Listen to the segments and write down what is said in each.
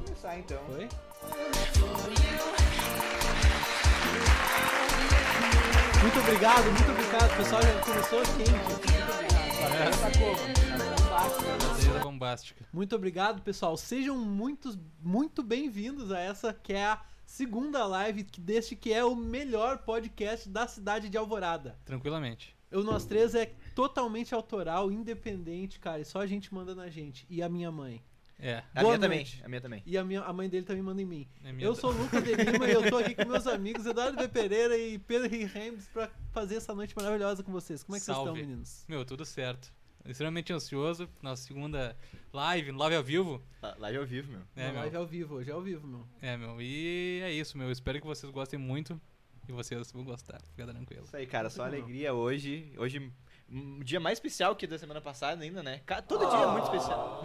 começar então. Foi? Muito obrigado, muito obrigado. Pessoal, já começou quente. Essa cor. Beleza bombástica. Muito obrigado, pessoal. Sejam muitos, muito bem-vindos a essa que é a segunda live que- deste que é o melhor podcast da cidade de Alvorada. Tranquilamente. O Nós Três é totalmente autoral, independente, cara. É só a gente manda na gente. E a minha mãe. É. A Boa minha também. noite. A minha também. E a, minha, a mãe dele também manda em mim. é minha Eu da- sou o Luca de Lima e eu tô aqui com meus amigos Eduardo B. Pereira e Pedro R. Rems pra fazer essa noite maravilhosa com vocês. Como é que vocês Salve. estão, meninos? Meu, tudo certo. Extremamente ansioso. Nossa segunda live, live ao vivo. Lá, lá já ao vivo, meu. É, Uma meu. live ao vivo hoje, ao vivo, meu. É, meu. E é isso, meu. Espero que vocês gostem muito. E vocês vão gostar. Fica tranquilo. Isso aí, cara. Só Não. alegria hoje. Hoje, um dia mais especial que da semana passada ainda, né? Ca- Todo dia é muito especial.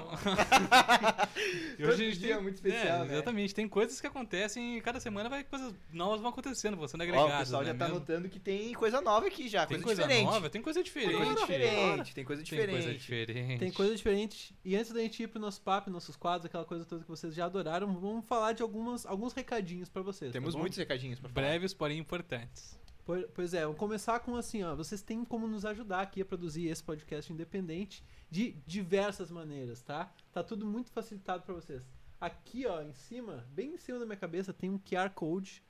E hoje Todo a gente dia tem- é muito especial, é, né? Exatamente. Tem coisas que acontecem e cada semana vai coisas novas vão acontecendo, vão sendo Ó, agregadas. o pessoal né, já tá mesmo? notando que tem coisa nova aqui já. Tem coisa, coisa diferente. nova, tem coisa Tem diferente. coisa diferente. Tem coisa Tem diferente. coisa diferente. Tem coisa diferente. E antes da gente ir pro nosso papo, nossos quadros, aquela coisa toda que vocês já adoraram, vamos falar de algumas, alguns recadinhos pra vocês. tá Temos bom? muitos recadinhos pra falar. Breves, porém importantes. Po- Pois é, vamos começar com assim, ó. Vocês têm como nos ajudar aqui a produzir esse podcast independente de diversas maneiras, tá? Tá tudo muito facilitado pra vocês. Aqui, ó, em cima, bem em cima da minha cabeça, tem um QR Code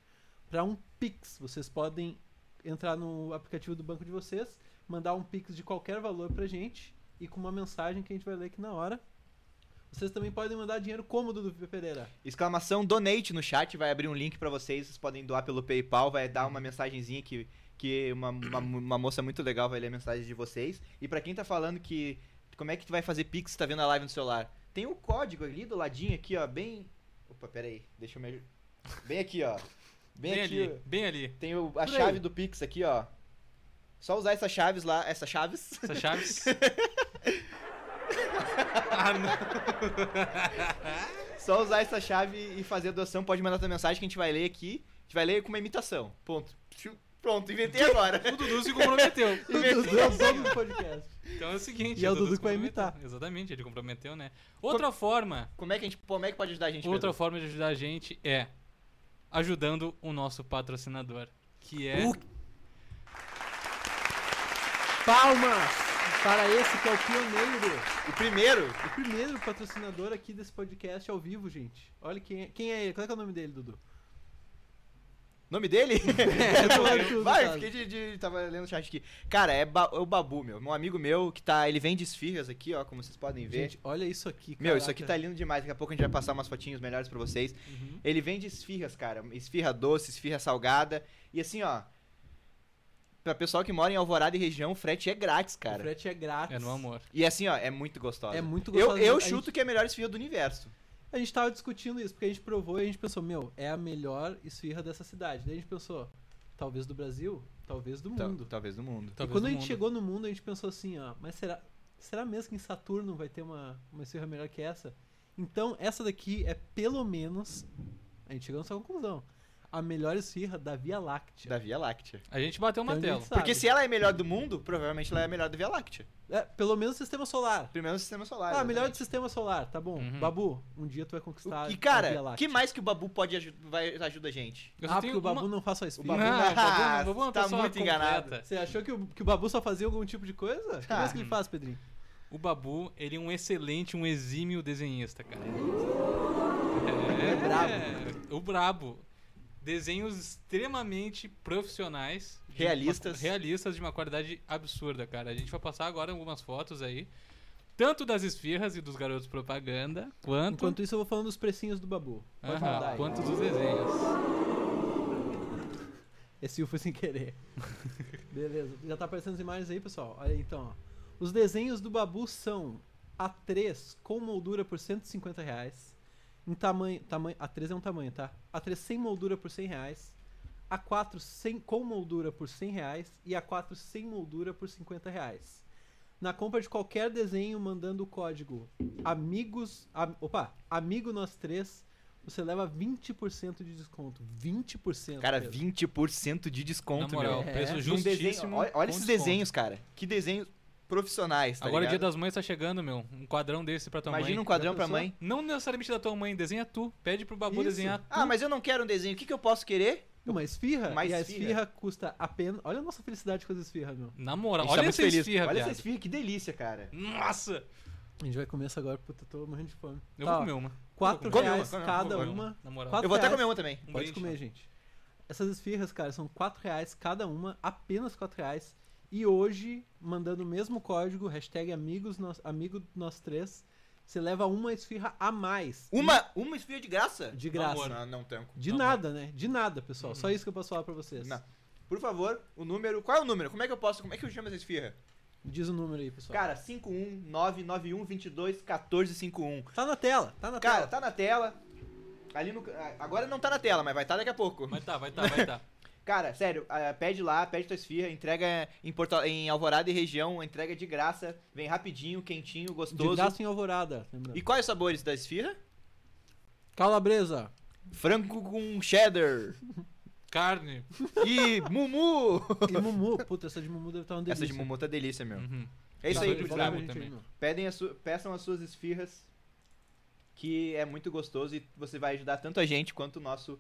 pra um Pix. Vocês podem entrar no aplicativo do banco de vocês, mandar um Pix de qualquer valor pra gente e com uma mensagem que a gente vai ler aqui na hora. Vocês também podem mandar dinheiro cômodo do Vitor Pereira. Exclamação donate no chat, vai abrir um link pra vocês, vocês podem doar pelo PayPal, vai dar uma mensagenzinha que, que uma, uma, uma moça muito legal vai ler a mensagem de vocês. E pra quem tá falando que como é que tu vai fazer Pix, tá vendo a live no celular? Tem o código ali do ladinho aqui, ó, bem Opa, pera aí, deixa eu me aju- Bem aqui, ó. Bem, Bem, aqui. ali, ó. bem ali. Tem o- a Por aí. chave do Pix aqui, ó. Só usar essas chaves lá, essas chaves. Essa chaves. ah, não. Só usar essa chave e fazer a doação. Pode mandar tua mensagem que a gente vai ler aqui. A gente vai ler com uma imitação. Ponto. Tchiu. Pronto, inventei agora. O Dudu se comprometeu. O Dudu é o dono do podcast. Então é o seguinte. E é o o Dudu se que vai comprometeu. imitar. Exatamente, ele comprometeu, né? Outra forma, Como é que a gente, como é que pode ajudar a gente? outra Pedro? forma de ajudar a gente é ajudando o nosso patrocinador, que é O- Palmas para esse que é o pioneiro. O primeiro, O primeiro patrocinador aqui desse podcast ao vivo, gente. Olha quem é, quem é ele. Qual é, que é o nome dele, Dudu? nome dele? claro que eu não Vai, eu É, sabe. fiquei de, de- tava lendo o chat aqui. Cara, é, ba- é o Babu, meu. Um amigo meu que tá, ele vende esfirras aqui, ó, como vocês podem ver. Gente, olha isso aqui, cara. meu, isso aqui tá lindo demais. Daqui a pouco a gente vai passar umas fotinhas melhores pra vocês. Uhum. Ele vende esfirras, cara. Esfirra doce, esfirra salgada. E assim, ó, pra pessoal que mora em Alvorada e região, o frete é grátis, O cara. frete é grátis. É no amor. E assim, ó, é muito gostosa. É muito Eu, gostoso. eu A chuto gente- que é a melhor esfirra do universo. A gente tava discutindo isso, porque a gente provou e a gente pensou, meu, é a melhor esfirra dessa cidade. Daí a gente pensou, talvez do Brasil, talvez do Tal- mundo. Então, Talvez do mundo. E Talvez quando no a gente mundo. chegou no mundo, a gente pensou assim, ó, mas será, será mesmo que em Saturno vai ter uma, uma esfirra melhor que essa? Então, essa daqui é pelo menos, a gente chegou nessa conclusão, a melhor esfirra da Via Láctea. Da Via Láctea. A gente bateu uma Então a tela. gente sabe. Porque se ela é melhor do mundo, provavelmente ela é a melhor da Via Láctea. É, pelo menos sistema solar. Primeiro no sistema solar. Ah, melhor do exatamente. sistema solar, tá bom. Uhum. Babu, um dia tu vai conquistar O- E a Via cara, Láctea. que mais que o Babu pode aj- vai ajuda a gente? Eu só Ah, tenho porque o Babu uma- não faz só O Babu esfirra. não- Ah, Ah, o Babu é uma tá pessoa muito enganado. completa. Você achou que o, que o Babu só fazia algum tipo de coisa? Tá. O que mais que ele Ah. faz, Pedrinho? O Babu, ele é um excelente, um exímio desenhista, cara. Um é O brabo. Desenhos extremamente profissionais. de Realistas. uma- realistas de uma qualidade absurda, cara. A gente vai passar agora algumas fotos aí. Tanto das esfirras e dos garotos propaganda, quanto, Enquanto isso, eu vou falando dos precinhos do Babu. Pode Aham, mandar aí. quanto dos desenhos. Esse U foi sem querer. Beleza. Já tá aparecendo as imagens aí, pessoal. Olha aí, então, ó. Os desenhos do Babu são A3 com moldura por 150 reais. Em tamanho, tamanho. A3 é um tamanho, tá? A3 sem moldura por 100 reais. A4 sem, com moldura por 100 reais. E A4 sem moldura por 50 reais. Na compra de qualquer desenho, mandando o código Amigos. am- opa! Amigo Nós Três, você leva 20% de desconto. 20%. Cara, Pedro. 20% de desconto, Na moral, meu. É, preço num Num um desenho- justíssimo. olha olha com esses desconto. desenhos, cara. Que desenho profissionais, tá Agora o dia ligado? das mães tá chegando, meu. Um quadrão desse pra tua Imagina um mãe. quadrão Já pra pensou? mãe. Não necessariamente da tua mãe, desenha tu. Pede pro babu Isso. desenhar. Ah, mas eu não quero um desenho. O que, que eu posso querer? Uma esfirra? Uma e a esfirra. esfirra custa apenas. Olha a nossa felicidade com as esfirras, meu. Na A moral, gente tá olha muito essa feliz. esfirra, Olha essa viado. esfirra, que delícia, cara. Nossa! A gente vai comer essa agora, puta, eu tô morrendo de fome. Eu Tá, vou ó, comer uma. Quatro Come uma, reais come uma, cada Vou comer uma. Na moral. Quatro Eu vou até reais. comer uma também. Um Pode brinde. comer, gente. Essas esfirras, cara, são 4 reais cada uma, apenas 4 reais. E hoje, mandando o mesmo código, hashtag amigos, nós, amigo nós três, você leva uma esfirra a mais. Uma, uma esfirra de graça? De graça. Amor. Não, não tanco. De Não, Uhum. nada, né? De nada, pessoal. Só isso que eu posso falar pra vocês. Não. Por favor, o número. Qual é o número? Como é que eu posso. Como é que eu chamo essa esfirra? Diz o número aí, pessoal. Cara, 51991221451. tá na tela, tá na Cara, tela. tá na tela. Ali no. ah, Agora não tá na tela, mas vai estar daqui a pouco. Mas tá, vai tá, vai tá. Cara, sério, ah, pede lá, pede tua esfirra, entrega em, Porto, em Alvorada e região, entrega de graça, vem rapidinho, quentinho, De gostoso. graça em alvorada, lembrando. E quais os sabores da esfirra? Calabresa. Frango com cheddar Carne. e mumu. E Mumu. Puta, essa de Mumu deve estar uma delícia. Essa de mumu tá delícia, meu. Uhum. É isso Tá aí, doido, gurizada. Mumu Gente, também. meu. Pedem a su- peçam as suas esfirras, que é muito gostoso e você vai ajudar tanto a gente quanto o nosso Se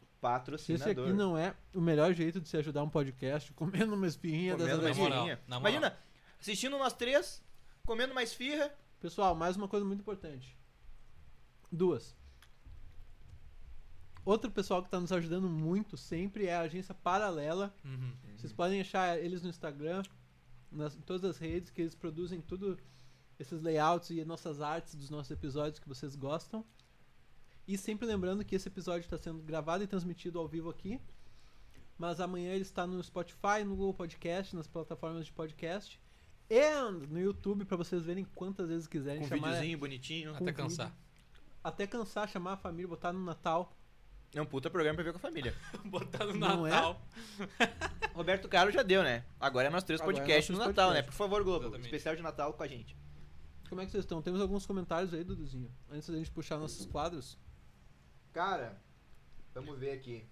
esse patrocinador. aqui não é o melhor jeito de se ajudar um podcast, comendo uma espirrinha comendo é dessa uma Na moral, esfirrinha. na moral. Imagina, assistindo nós três, comendo uma esfirra. Pessoal, mais uma coisa muito importante. Duas. Outro pessoal que está nos ajudando muito sempre é a agência Paralela. Uhum. Vocês podem achar eles no Instagram, nas, em todas as redes, que eles produzem tudo, esses layouts e nossas artes dos nossos episódios que vocês gostam. E sempre lembrando que esse episódio está sendo gravado e transmitido ao vivo aqui. Mas amanhã ele está no Spotify, no Google Podcast, nas plataformas de podcast. E no YouTube, para vocês verem quantas vezes quiserem. Com um chamar- videozinho bonitinho. Até vídeo. cansar. até cansar, chamar a família, botar no Natal. É um puta programa pra ver com a família. Botar no Não é? Natal. Roberto Caro já deu, né? Agora é nós três Agora é podcast nós no três Natal, podcast. né? Por favor, Globo. Exatamente. Especial de Natal com a gente. Como é que vocês estão? Temos alguns comentários aí, Duduzinho? Antes da gente puxar nossos quadros. Cara, vamos ver aqui.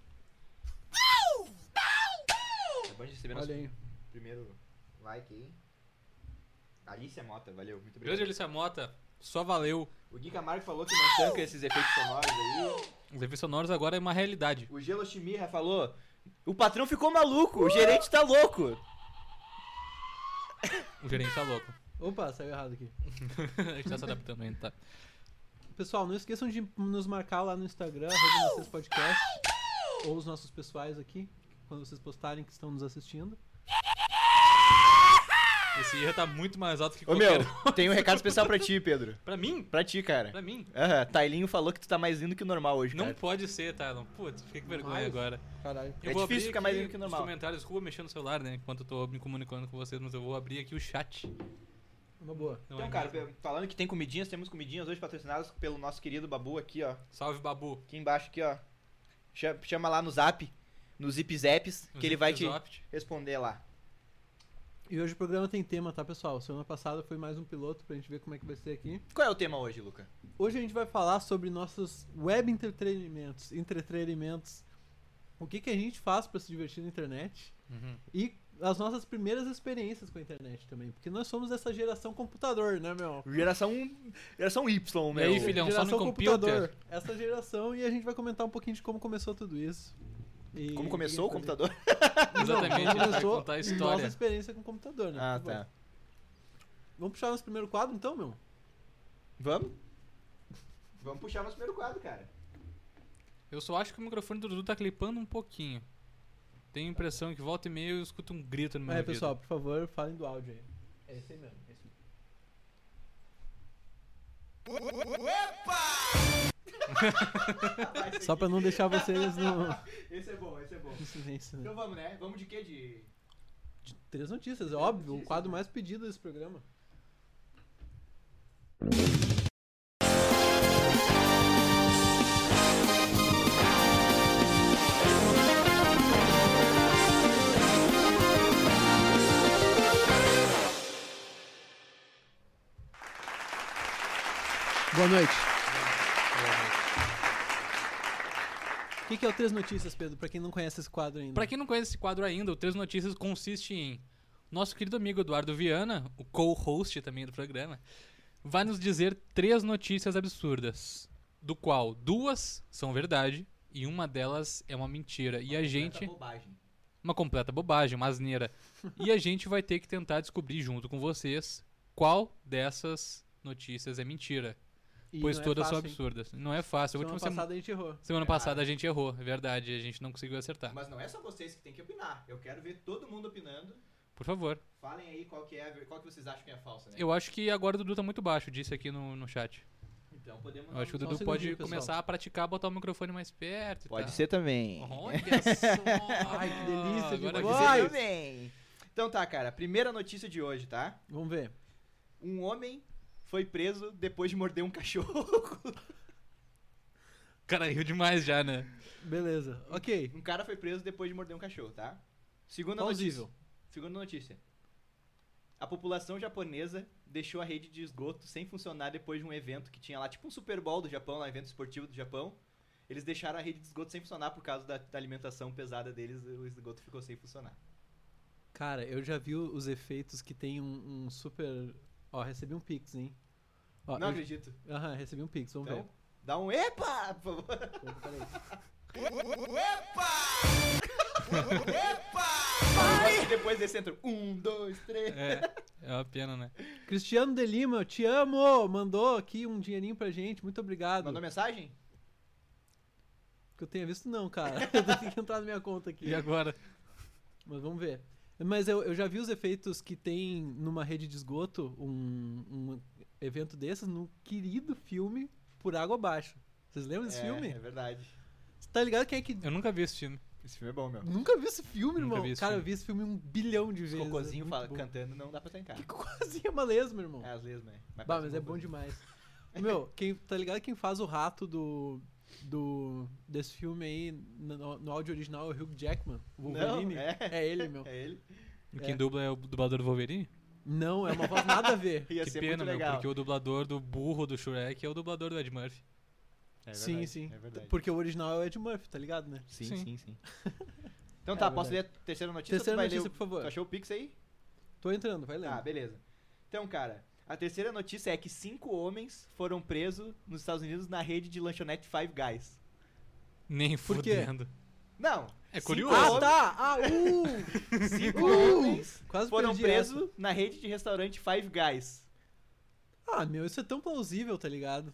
Acabamos de receber Olha nosso aí. primeiro like aí. Alicia Mota, valeu, muito obrigado. Grande Alicia Mota, só valeu. O Gui Camargo falou que não tanca esses efeitos sonoros aí. Os efeitos sonoros agora é uma realidade. O Gelo Chimirra falou: O patrão ficou maluco, o gerente tá louco. O gerente tá louco. Opa, saiu errado aqui. A gente tá se adaptando ainda, tá? Pessoal, não esqueçam de nos marcar lá no Instagram, arroba vocês podcast, ou os nossos pessoais aqui, quando vocês postarem que estão nos assistindo. Esse erro tá muito mais alto que Ô qualquer meu, tem um recado especial pra ti, Pedro. Pra mim? Pra ti, cara. Pra mim? Aham, Tailinho falou que tu tá mais lindo que o normal hoje, Não cara. pode ser, Tylon. Putz, fiquei com vergonha Mas- agora. Caralho. Eu É vou difícil abrir ficar aqui mais lindo que normal. Os comentários, desculpa mexendo no celular, né? Enquanto eu tô me comunicando com vocês, mas eu vou abrir aqui o chat. Uma boa. Não Então, é cara, mesmo? pe- falando que tem comidinhas, temos comidinhas hoje patrocinadas pelo nosso querido Babu aqui, ó. Salve, Babu. Aqui embaixo, aqui, ó. Cha- Chama lá no zap, no Zip Zaps, que ele vai te Zipzopt. responder lá. E hoje o programa tem tema, tá, pessoal? Semana passada foi mais um piloto pra gente ver como é que vai ser aqui. Qual é o tema hoje, Luca? Hoje a gente vai falar sobre nossos web entretenimentos, entretenimentos. O que, que a gente faz pra se divertir na internet? Uhum. E as nossas primeiras experiências com a internet também. Porque nós somos dessa geração computador, né, meu? Geração, um, geração Y, E aí, filho? filhão, só no geração computer. Essa geração, e a gente vai comentar um pouquinho de como começou tudo isso. E- Como começou e o fazer- computador? Exatamente, ele vai começou contar a Nossa história. experiência com o computador, né? Ah, Muito bom. tá. Vamos puxar nosso primeiro quadro, então, meu? Vamos? Vamos puxar nosso primeiro quadro, cara. Eu só acho que o microfone do Dudu tá clipando um pouquinho. Tenho a impressão que volta e meia eu escuto um grito no meu é, ouvido. pessoal, por favor, falem do áudio aí. É esse aí mesmo. é esse mesmo. Só pra não deixar vocês no Esse é bom, esse é bom. no silêncio, né? Então vamos, né? Vamos de quê? De. De três notícias, é óbvio, o notícias, quadro né? mais pedido desse programa. Boa noite. O que que é o Três Notícias, Pedro, pra quem não conhece esse quadro ainda? Pra quem não conhece esse quadro ainda, o Três Notícias consiste em nosso querido amigo Eduardo Viana, o co-host também do programa, vai nos dizer três notícias absurdas, do qual duas são verdade e uma delas é uma mentira. E a gente. Uma completa bobagem, uma asneira. E a gente vai ter que tentar descobrir junto com vocês qual dessas notícias é mentira. E pois não é todas são fácil, hein? absurdas. Não é fácil. A Semana última sema- passada a gente errou. semana Errado. passada a gente errou, é verdade. A gente não conseguiu acertar. Mas não é só vocês que tem que opinar. Eu quero ver todo mundo opinando. Por favor. Falem aí qual que é, a ver- qual que vocês acham que é a falsa, né? Eu acho que agora o Dudu tá muito baixo, disse aqui no, no chat. Então podemos. Eu acho que o Só um Dudu pode segundinho, pessoal. começar a praticar, botar o microfone mais perto. e Pode tal. ser também. Olha só! Ai, que delícia de Agora voz. que Pode delícia. também. Então tá, cara. Primeira notícia de hoje, tá? Vamos ver. Um homem foi preso depois de morder um cachorro. Cara, riu demais já, né? Beleza. Ok. Um cara foi preso depois de morder um cachorro, tá? Segunda Plausível. notícia. Segunda notícia. A população japonesa deixou a rede de esgoto sem funcionar depois de um evento que tinha lá, tipo um Super Bowl do Japão, lá, um evento esportivo do Japão. Eles deixaram a rede de esgoto sem funcionar por causa da, da alimentação pesada deles, o esgoto ficou sem funcionar. Cara, eu já vi os efeitos que tem um, um super. Ó, recebi um pix, hein? Ó, Não eu- acredito. Aham, recebi um pix, vamos Então, dá um epa, por favor. ver. Peraí. E depois desse entram um, dois, três. É, é uma pena, né? Cristiano de Lima, eu te amo! Mandou aqui um dinheirinho pra gente, muito obrigado. Mandou mensagem? Que eu tenha visto, não, cara. eu tenho que entrar na minha conta aqui. E agora? Mas vamos ver. Mas eu, eu já vi os efeitos que tem numa rede de esgoto, um, um evento desses, no querido filme Por Água Abaixo. Vocês lembram desse é, É filme? verdade. Você tá ligado quem é que. Eu nunca vi esse filme. Esse filme é bom, meu. Nunca vi esse filme, Nunca irmão. vi esse cara, eu filme. vi esse filme um bilhão de Os vezes. cocôzinhos é fala- muito bom. cantando não dá pra tancar. Que cocôzinho é uma lesma, irmão. É, às vezes, né? Bah, parece mas um é bom cocôzinho. demais. Meu, quem, tá ligado quem faz o rato do. do desse filme aí no, no áudio original é o Hugh Jackman, o Wolverine? Não, é. ele, meu. É ele. Quem É. dubla é o dublador do Wolverine? Não, é uma voz nada a ver. Ia que ser pena, muito meu, legal. porque o dublador do burro do Shrek é o dublador do Ed Murphy. É sim, verdade, sim. É verdade. Porque o original é o Ed Murphy, tá ligado, né? Sim, Sim. sim, sim. Então É tá, posso ler verdade. a terceira notícia? ou tu Terceira vai notícia, ler o- por favor. Tu achou o Pix aí? Tô entrando, vai lendo. Ah, beleza. Então, cara, a terceira notícia é que cinco homens foram presos nos Estados Unidos na rede de lanchonete Five Guys. Nem Por quê? fudendo. Não, É Cinco curioso. homens- Ah, tá! Ah, uh! cinco Uh! homens Quase foram perdi presos na rede de restaurante Five Guys. essa. Ah, meu, isso é tão plausível, tá ligado?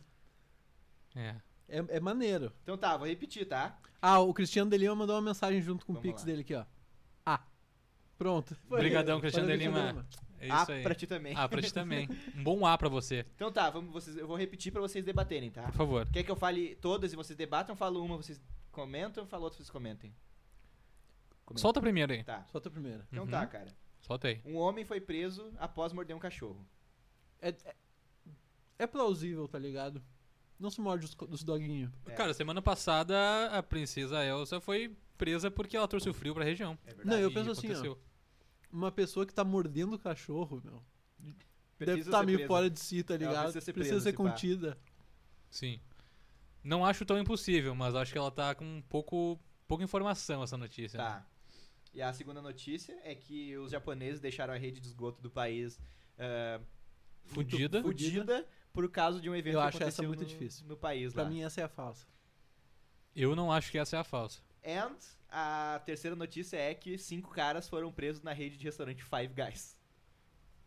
É. É, é maneiro. Então tá, vou repetir, tá? Ah, o Cristiano de Lima mandou uma mensagem junto com o Vamos Pix lá. dele aqui, ó. Ah. Pronto. Obrigadão, Cristiano Valeu, de Lima. É ah, isso aí. pra ti também. Ah, pra ti também. Um bom A pra você, Então tá, vamos, vocês, eu vou repetir pra vocês debaterem, tá? por favor. Quer que eu fale todas e vocês debatam? Eu falo uma, vocês comentam, eu falo outra, vocês comentem. Comenta. Solta primeiro aí. Tá. Solta a primeira. Então Uhum. tá, cara. Solta aí. Um homem foi preso após morder um cachorro. É, é- é plausível, tá ligado? Não se morde os, co- os doguinhos. É. Cara, semana passada a princesa Elsa foi presa porque ela trouxe o frio pra região. É verdade. Não, eu E penso assim, ó. aconteceu. Uma pessoa que tá mordendo o cachorro, meu. deve Precisa estar ser meio presa. fora de si, tá Ela ligado? precisa ser presa, se pá. contida. Sim. Não acho tão impossível, mas acho que ela tá com um pouco pouca informação essa notícia. né? Tá. E a segunda notícia é que os japoneses deixaram a rede de esgoto do país eh, muito Fudida. fudida por causa de um evento Eu que acho essa aconteceu muito no, difícil. no país Pra lá. mim essa é a falsa. Eu não acho que essa é a falsa. And a terceira notícia é que cinco caras foram presos na rede de restaurante Five Guys.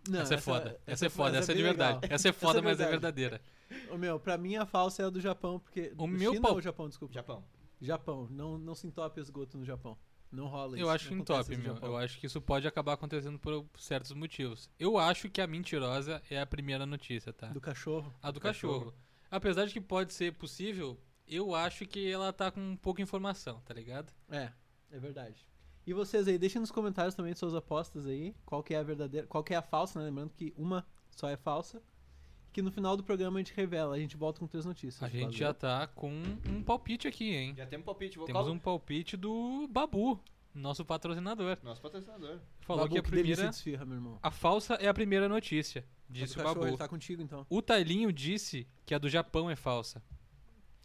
Não, essa é foda. Essa, é foda, essa é, bem de verdade. legal. Essa é foda, mas é verdade. verdadeira. Ô, meu, pra mim a falsa é a do Japão, porque. O China meu pau- ou Japão, desculpa. Japão. Japão. Não, não se entope esgoto no Japão. Não rola isso. Eu acho não em acontece top, isso no meu. Japão. Eu acho que isso pode acabar acontecendo por certos motivos. Eu acho que a mentirosa é a primeira notícia, tá? Do cachorro. a do cachorro. cachorro. Apesar de que pode ser possível, eu acho que ela tá com pouca informação, tá ligado? É, é verdade. E vocês aí, deixem nos comentários também suas apostas aí. Qual que é a verdadeira. Qual que é a falsa, né? Lembrando que uma só é falsa. Que no final do programa a gente revela. A gente volta com três notícias. A gente Valeu. já tá com um palpite aqui, hein? Já temos palpite. Vou Temos qual- um palpite do Babu, nosso patrocinador. Nosso patrocinador. Falou Babu, que a delícia primeira. de esfirra, meu irmão. é A falsa é a primeira notícia, A do disse o cachorro, tá- Babu. Ele tá contigo então. O Tailinho disse que a do Japão é falsa.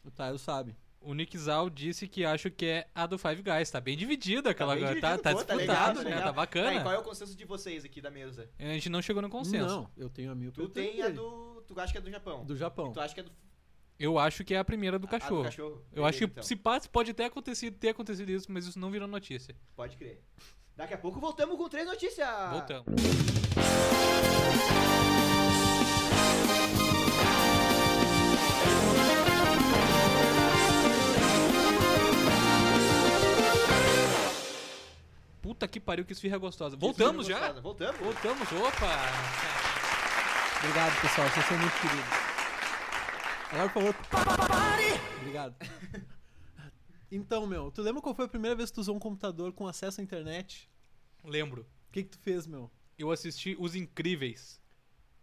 O Tyler sabe. O Nick Zal disse que acho que é a do Five Guys. Tá bem dividida aquela bem agora. Tá, dividido, tá pô, tá disputado, legal, tá né? legal. Tá Tá, e bacana. qual é o consenso de vocês aqui da mesa? A gente não chegou no consenso. Não, eu tenho a minha Tu opinião. tem a do. Tu acha que é do Japão? Do Japão. Tu acha que é do, Eu acho que é a primeira do a- a cachorro. do cachorro? Eu acho que Beleza, então. se passa, pode ter acontecido, ter acontecido isso, mas isso não virou notícia. Pode crer. Daqui a pouco voltamos com três notícias. Voltamos. Puta que pariu, que esfirra gostosa. Voltamos Isso, já? gostosa. Voltamos. Voltamos, opa! Obrigado, pessoal. Vocês são muito queridos. Agora, por favor. Obrigado. Então, meu, tu lembra qual foi a primeira vez que tu usou um computador com acesso à internet? Lembro, O que, que tu fez, meu? eu assisti Os Incríveis.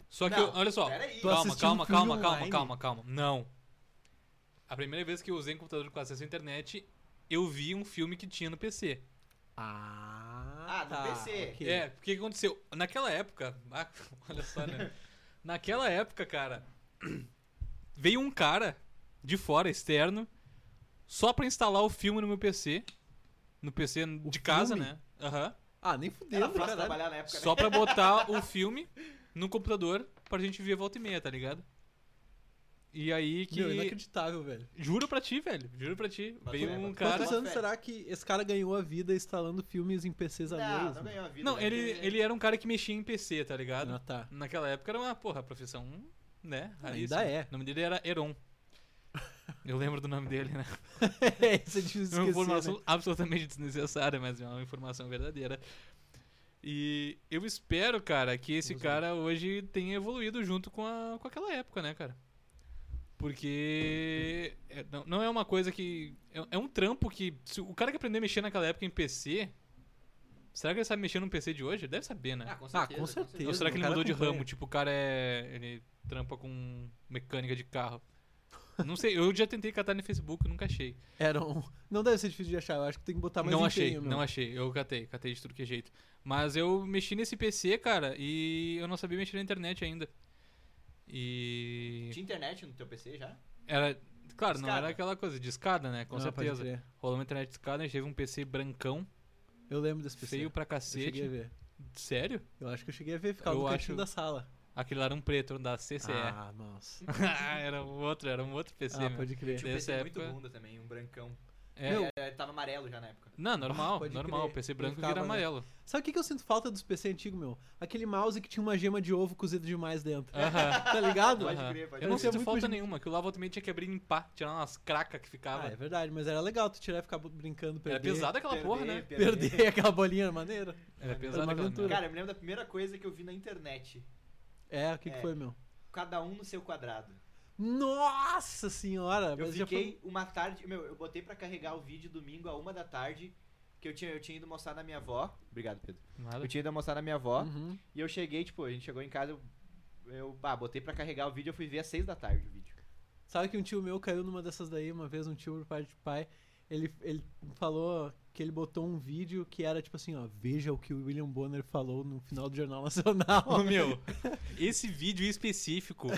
Só que, Não, eu- olha só, peraí. Tu calma, assistiu calma, um filme calma, calma, online? calma, calma. Não. A primeira vez que eu usei um computador com acesso à internet, eu vi um filme que tinha no PC. Ah, Ah, do PC. ok. É, porque que aconteceu? Naquela época, ah, olha só, né? Naquela época, cara, veio um cara de fora, externo, só pra instalar o filme no meu PC. No PC de casa, filme? né? Aham. Ah, nem fudeu, Era fácil caralho. trabalhar na época, né? Só pra botar o filme no computador pra gente ver volta e meia, tá ligado? E aí que. Meu, inacreditável, velho. Juro pra ti, velho. Juro pra ti. Mas veio é, um mas- cara. Quantos anos Fé. será que esse cara ganhou a vida instalando filmes em PCs a Não, mesmo? não ganhou a vida. Não, né? ele, Porque- ele era um cara que mexia em PC, tá ligado? Ah, tá. Naquela época era uma, porra, profissão, né? Ainda raríssima. é. O nome dele era Heron. Eu lembro do nome dele, né? é, isso é difícil É uma de esquecer, informação né? absolutamente desnecessária, mas é uma informação verdadeira. E eu espero, cara, que esse Vamos ver. cara hoje tenha evoluído junto com, a, com aquela época, né, cara? Porque é- não, não é uma coisa que. É, é um trampo que. se o cara que aprendeu a mexer naquela época em PC. Será que ele sabe mexer num PC de hoje? Ele deve saber, né? Ah, com Ah, certeza. com Ou certeza. será que o ele cara mudou de acompanha. ramo? Tipo, o cara é. Ele trampa com mecânica de carro. Não sei, eu já tentei catar no Facebook, nunca achei. Era um... Não deve ser difícil de achar, eu acho que tem que botar mais não empenho, achei, Tá, meu. não achei. Eu catei, catei de tudo que é jeito. Mas eu mexi nesse PC, cara, e eu não sabia mexer na internet ainda. E. Tinha internet no teu PC já? Era. Claro, não Discada. era aquela coisa de escada, né? Com Ah, pode certeza. crer. Rolou uma internet de escada, a gente teve um PC brancão, Eu lembro desse PC. feio pra eu cheguei a cacete. ver. Sério? Eu acho que eu cheguei a ver, ficava Eu no acho- é. cantinho da sala. Aquele lá era um preto da CCE. Ah, nossa. era um outro, era um outro PC, ah, meu. pode crer. Tinha um Dessa PC muito época- bunda também, um brancão. É, Meu, É, tava amarelo já na época. Não, normal, pode normal. crer. PC Eu branco ficava, vira né? amarelo. Sabe o que que eu sinto falta dos PC antigos, meu? Aquele mouse que tinha uma gema de ovo cozida demais dentro. Aham. Tá ligado? Pode aham. crer, pode Eu não crer. sinto Muito falta bonito. nenhuma, que o Lava também tinha que abrir e limpar, tirar umas cracas que Ah, ficava. é verdade, mas era legal tu tirar e ficar brincando, perder. era pesada aquela Perder, porra, né? perder. Perder aquela bolinha maneira. Era uma pesada aquela aventura. merda. Cara, eu me lembro da primeira coisa que eu vi na internet. É, o que, que É. foi, meu? Cada um no seu quadrado. Nossa senhora! Eu mas já um fiquei uma tarde. Meu, eu botei pra carregar o vídeo domingo a uma da tarde. Que eu tinha, eu tinha ido almoçar na minha avó. Obrigado, Pedro. Nada. Eu tinha ido almoçar na minha avó. foi... Uhum. E eu cheguei, tipo, a gente chegou em casa. Eu, eu ah, botei pra carregar o vídeo. Eu fui ver às seis da tarde o vídeo. Sabe que um tio meu caiu numa dessas daí uma vez, um tio por parte de pai. Ele, ele falou que ele botou um vídeo que era tipo assim, ó, veja o que o William Bonner falou no final do Jornal Ô, Nacional. meu, esse vídeo em específico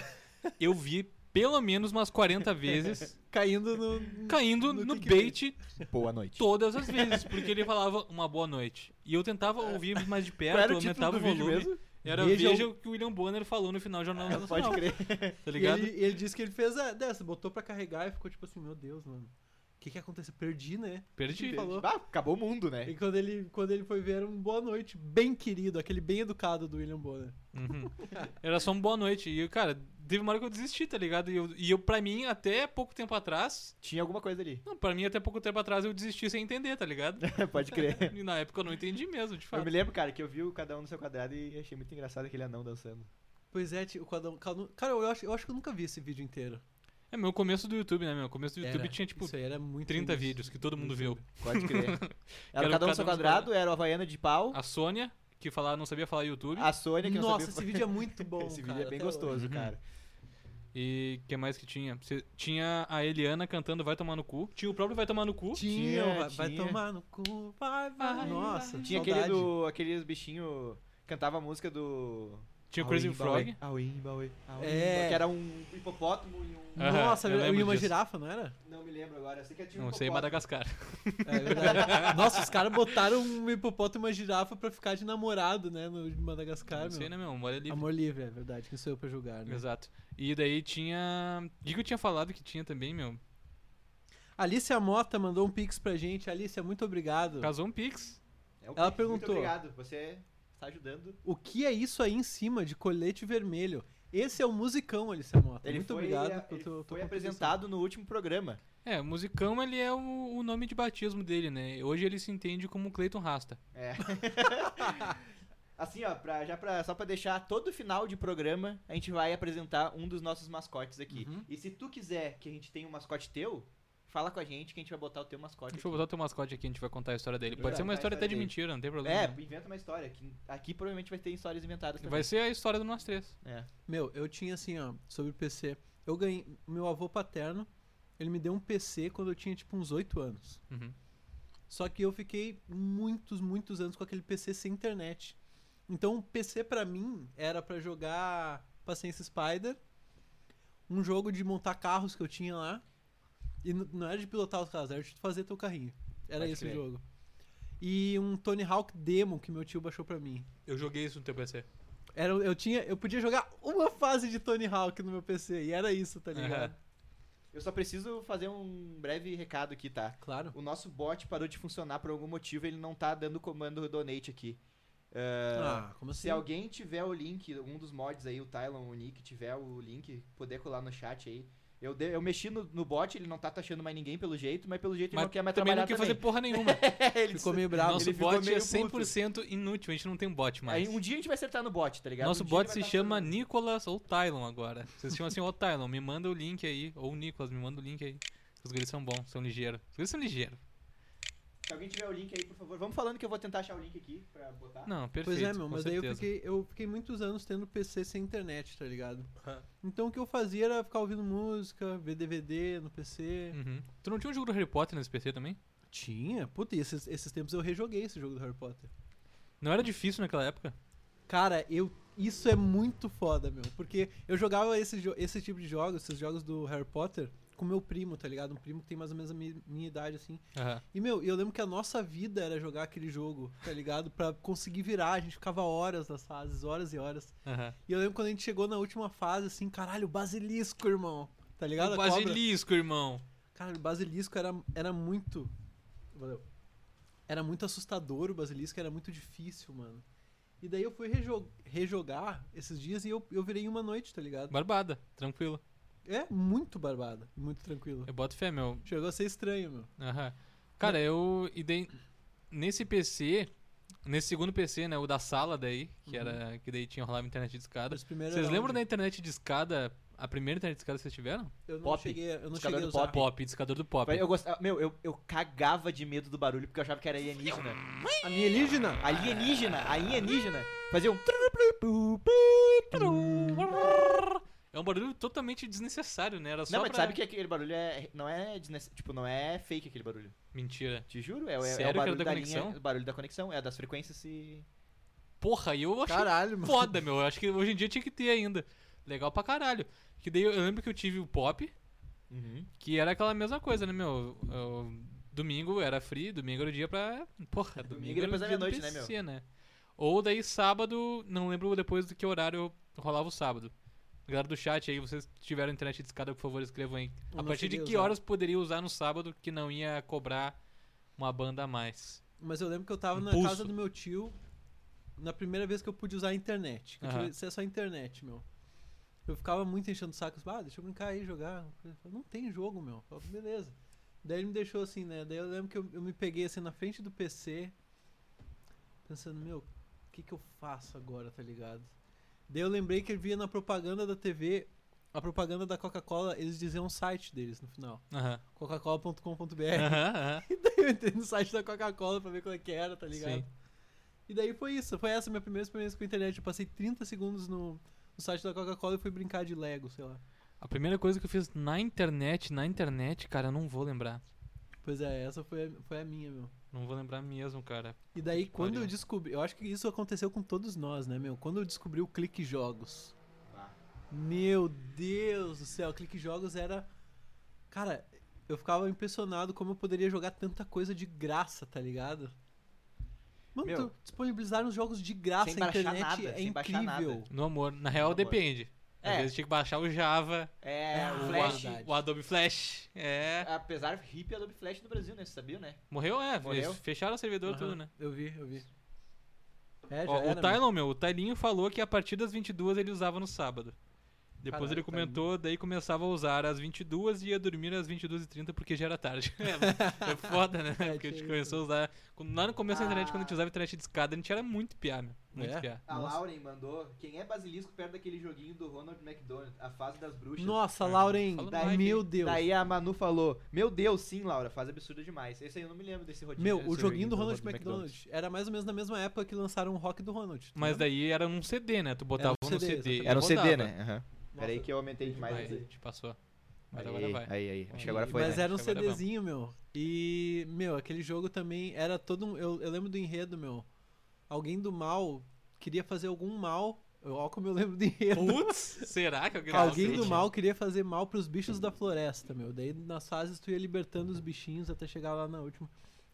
eu vi pelo menos umas 40 vezes caindo no. caindo No no, clickbait. bait Boa noite. todas as vezes, porque ele falava uma boa noite. E eu tentava É. ouvir mais de perto, aumentava o volume. Era Veja veja, o- o que o William Bonner falou no final do Jornal Pode Nacional, crer. tá E ligado? Ele, ele disse que ele fez a, dessa, botou pra carregar e ficou tipo assim, meu Deus, mano. O que que aconteceu? Perdi, né? Perdi. Ele falou. Ah, acabou o mundo, E né? quando ele, quando ele foi ver, era um boa noite, bem querido, aquele bem educado do William Bonner. Uhum. Era só um boa noite. E, cara, teve uma hora que eu desisti, tá ligado? E eu, e eu, pra mim, até pouco tempo atrás. Tinha alguma coisa ali. Não, pra mim, até pouco tempo atrás eu desisti sem entender, tá ligado? Pode crer. E na época eu não entendi mesmo, de Eu me fato. lembro, cara, que eu vi o cada um no seu quadrado e achei muito engraçado aquele anão dançando. Pois é, tio, o quadrão. quadrão- Cara, eu acho, eu acho que eu nunca vi esse vídeo inteiro. É meu começo do YouTube, né, meu? Começo do YouTube Era. tinha, tipo, Isso aí era muito 30 início. vídeos que todo mundo YouTube. viu. Pode crer. Era o Era o cada um no Cada seu Um no Seu quadrado, era o Havaiana de pau, A Sônia, que falava, não sabia falar YouTube. a Sônia, né, que Nossa, não esse sabia... vídeo é muito bom. Esse cara, vídeo é bem até hoje. gostoso, hoje. cara. E que mais que tinha? Cê- Tinha a Eliana cantando Vai Tomar no Cu. Tinha o próprio Vai Tomar no Cu. Tinha, Tinha, vai, vai tinha. tomar no cu, vai, vai. Vai, Nossa, vai. Tinha saudade. aquele do, aqueles bichinhos... Cantava a música do... Tinha o Crazy Frog. É. Que era um hipopótamo e um. Aham, Nossa, eu eu, lembro e uma disso. girafa, não era? Não me lembro agora, eu sei que tinha um Não sei, hipopótamo. Madagascar. É verdade. Nossa, os caras botaram um hipopótamo e uma girafa pra ficar de namorado, né? No Madagascar, Não sei, meu. né, meu? Mora ali. Amor livre, é verdade. Quem sou eu pra julgar, né? Exato. E daí tinha. Digo que eu tinha falado que tinha também, meu. Alicia Mota mandou um pix pra gente. Alicia, muito obrigado. Casou um Pix. É o Ela Pix, perguntou. Muito obrigado, você está ajudando. O que é isso aí em cima de colete vermelho? Esse é o musicão, Alicia Mota. Ele muito foi, eh, ele obrigado. pela tua- tua foi contribuição. apresentado no último programa. É, musicão ele é o, o nome de batismo dele, né? Hoje ele se entende como Clayton Rasta. É. assim, ó, pra, já pra, só pra deixar todo final de programa, a gente vai apresentar um dos nossos mascotes aqui. Uhum. E se tu quiser que a gente tenha um mascote teu, fala com a gente que a gente vai botar o teu mascote. Deixa eu aqui. botar o teu mascote aqui, a gente vai contar a história dele. Pode Verdade, ser uma vai, história vai até de dele. mentira, não tem problema. É, um- né? inventa uma história. Que aqui provavelmente vai ter histórias inventadas também. Vai ser a história do nós três. É. Meu, eu tinha assim, ó, sobre o PC. Eu ganhei. Meu avô paterno, ele me deu um PC quando eu tinha tipo uns 8 anos. Uhum. Só que eu fiquei muitos, muitos anos com aquele PC sem internet. Então, o PC pra mim era pra jogar Paciência Spider, um jogo de montar carros que eu tinha lá. E n- não era de pilotar os carros, era de tu fazer teu carrinho. Era Pode esse crer. o jogo. E um Tony Hawk demo que meu tio baixou pra mim. Eu joguei isso no teu PC. Era, eu tinha, eu podia jogar uma fase de Tony Hawk no meu PC e era isso, tá ligado? Eu só preciso fazer um breve recado aqui, tá? Claro. O nosso bot parou de funcionar por algum motivo, ele não tá dando comando donate aqui. Ah, como assim? Se alguém tiver o link, um dos mods aí, o Tylon, o Nick, tiver o link, poder colar no chat aí. Eu, de- eu mexi no, no bot, ele não tá taxando mais ninguém pelo jeito, mas pelo jeito ele Mas não quer mais também trabalhar não quer fazer porra nenhuma. fazer... ele disse- Ficou meio bravo. Nosso Ele ficou bot é meio 100% inútil, a gente não tem bot mais. Aí, um dia a gente vai acertar no bot, tá ligado? Nosso Um dia bot ele se vai tá chama funcionando. Nicolas ou Tylon agora. Vocês chamam assim, ô Tylon, me manda o link aí. Ou Nicolas, me manda o link aí. Os guris são bons, são ligeiros. Os guris são ligeiros. Se alguém tiver o link aí, por favor, vamos falando que eu vou tentar achar o link aqui pra botar. Não, perfeito. Pois é, meu, com mas daí eu certeza. fiquei, eu fiquei muitos anos tendo PC sem internet, tá ligado? Então o que eu fazia era ficar ouvindo música, ver DVD no PC. Uhum. Tu não tinha um jogo do Harry Potter nesse PC também? Tinha? Puta, e esses, esses tempos eu rejoguei esse jogo do Harry Potter. Não era difícil naquela época? Cara, eu isso é muito foda, meu, porque eu jogava esse, jo- esse tipo de jogos, esses jogos do Harry Potter, com meu primo, tá ligado? Um primo que tem mais ou menos a mi- minha idade, assim. Aham. E, meu, eu lembro que a nossa vida era jogar aquele jogo, tá ligado? Pra conseguir virar, a gente ficava horas nas fases, horas e horas. Aham. E eu lembro quando a gente chegou na última fase, assim, caralho, basilisco, irmão. Tá ligado? O A cobra. basilisco, irmão. Caralho, o basilisco era, era muito. Valeu. Era muito assustador o basilisco, era muito difícil, mano. E daí eu fui rejo- rejogar esses dias e eu, eu virei em uma noite, tá ligado? Barbada, tranquilo. É muito barbada, muito tranquilo. Eu boto fé, meu. Chegou a ser estranho, meu. Aham. Cara, eu. E daí, nesse PC, nesse segundo PC, né? O da sala daí, que era. Que daí tinha rolava internet de escada. Mas primeiro Vocês era lembram né? onde? da internet de escada? A primeira internet de escada que vocês tiveram? Eu não Pop? cheguei, eu não Os cheguei a caras do usar. pop? Pop, discador do pop. Eu gostava, meu, eu, eu cagava de medo do barulho porque eu achava que era alienígena. Alienígena? Alienígena, alienígena. Fazia um. É um barulho totalmente desnecessário, né? Era só Não, mas tu pra... sabe que aquele barulho é. Não é. desnece- Tipo, não é fake aquele barulho. Mentira. Te juro, é, é- é Sério que era o barulho da da, conexão? linha. O barulho da conexão, é das frequências se. Porra, e eu achei Caralho, mano. foda, meu. Eu acho que hoje em dia tinha que ter ainda. Legal pra caralho. Que daí eu eu lembro que eu tive o pop, Uhum. que era aquela mesma coisa, né, meu? Eu- domingo era free, domingo era o dia pra. Porra, domingo, É domingo era o depois da dia do meia-noite, né, PC, né? Ou daí sábado, não lembro depois do que horário rolava o sábado. Galera do chat aí, vocês tiveram internet de escada, por favor, escrevam aí. Eu A não partir de cheguei a que usar. horas poderia usar no sábado que não ia cobrar uma banda a mais? Mas eu lembro que eu tava Impulso. na casa do meu tio na primeira vez que eu pude usar a internet. Que eu Aham. tive acesso à internet, meu. Eu ficava muito enchendo o saco. Ah, deixa eu brincar aí, jogar. Eu falei, não tem jogo, meu. Eu falei, beleza. Daí ele me deixou assim, né? Daí eu lembro que eu, eu me peguei assim na frente do PC, pensando, meu, o que que eu faço agora, tá ligado? Daí eu lembrei que eu via na propaganda da TV, a propaganda da Coca-Cola, eles diziam o site deles no final. Aham. coca-cola.com.br Aham, aham. eu entrei no site da Coca-Cola pra ver qual é que era, tá ligado? Sim. E daí foi isso, foi essa a minha primeira experiência com a internet. Eu passei 30 segundos no, no site da Coca-Cola e fui brincar de Lego, sei lá. A primeira coisa que eu fiz na internet, na internet, cara, eu não vou lembrar. Pois é, essa foi a, foi a minha, meu. Não vou lembrar mesmo, cara. E daí, quando pariu. eu descobri. Eu acho que isso aconteceu com todos nós, né, meu? Quando eu descobri o Clique Jogos. Ah. Meu Deus do céu, Clique Jogos era. Cara, eu ficava impressionado como eu poderia jogar tanta coisa de graça, tá ligado? Mano, Meu. tu- disponibilizaram os jogos de graça Sem na baixar internet. nada, é sem baixar nada. incrível. No amor. Na real, amor. depende. Às É. vezes tinha que baixar o Java, É, Ah, o o, Flash. verdade. A- o Adobe Flash. É. Apesar hippie Adobe Flash no Brasil, né? Você sabia, né? Morreu, é. Morreu. Eles fecharam o servidor Aham, tudo, né? Eu vi, eu vi. É, já Ó, o era, meu. Tylon, meu, o Tylinho falou que a partir das 22 ele usava no sábado. Depois Caralho, ele comentou, daí começava a usar às 22 e ia dormir às 22h30 porque já era tarde. É, é foda, né? É, Porque a gente tinha começou a usar. quando- Lá no começo da internet, Ah. quando a gente usava internet de escada, a gente era muito piá, meu. Muito É? piá. A Nossa. Lauren mandou. Quem é basilisco perto daquele joguinho do Ronald McDonald? A fase das bruxas. Nossa, É, Lauren, fala daí- mais, meu gente. Deus. Daí a Manu falou: Meu Deus, sim, Laura, fase absurda demais. Esse aí eu não me lembro desse rodinho. né, Meu, desse o joguinho do Ronald Ronald McDonald era mais ou menos na mesma época que lançaram o Rock do Ronald. tá Mas ligado? daí era num CD, né? Tu botava um no CD, CD. exatamente. e Era um CD, rodava. né? Aham. Peraí que eu aumentei demais. Vai, mas- aí. te passou. Mas Aí, agora vai. Aí, aí. Acho que agora E- foi. Mas né? era um Acho que agora CDzinho, meu. E, meu, aquele jogo também era todo um. Eu, eu lembro do enredo, meu. Alguém do mal queria fazer algum mal. Olha como eu lembro do enredo. Putz, será que alguém Alguém Nossa, do gente. mal queria fazer mal pros bichos da floresta, meu. Daí nas fases tu ia libertando os bichinhos até chegar lá na última.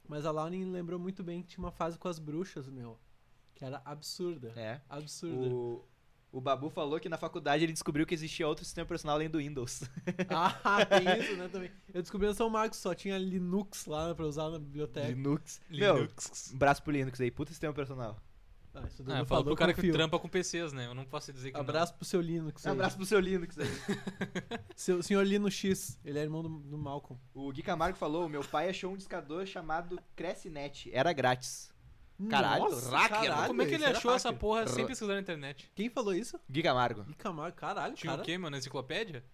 Mas a Lauren lembrou muito bem que tinha uma fase com as bruxas, meu. Que era absurda. É. Absurda. O, o Babu falou que na faculdade ele descobriu que existia outro sistema personal além do Windows. Ah, tem isso, né, também. Eu descobri no São Marcos, só tinha Linux lá pra usar na biblioteca. Linux. Meu, Linux. um braço pro Linux aí. Puta sistema personal. Ah, isso Ah, Dudu falou pro cara que confio. trampa com PCs, né? Eu não posso dizer que não. Abraço pro seu Linux. Um aí. abraço pro seu Linux aí. Seu senhor Linux X, ele é irmão do, do Malcolm. O Gui Camargo falou: Meu pai achou um discador chamado Crescinet. Era grátis. Caralho, Nossa, hacker, caralho, Como é que ele isso era achou essa hacker. porra sem Ro- pesquisar na internet? Quem falou isso? Gui Camargo. Ih, Camargo, caralho, Tinha cara. o quê, mano? Na enciclopédia?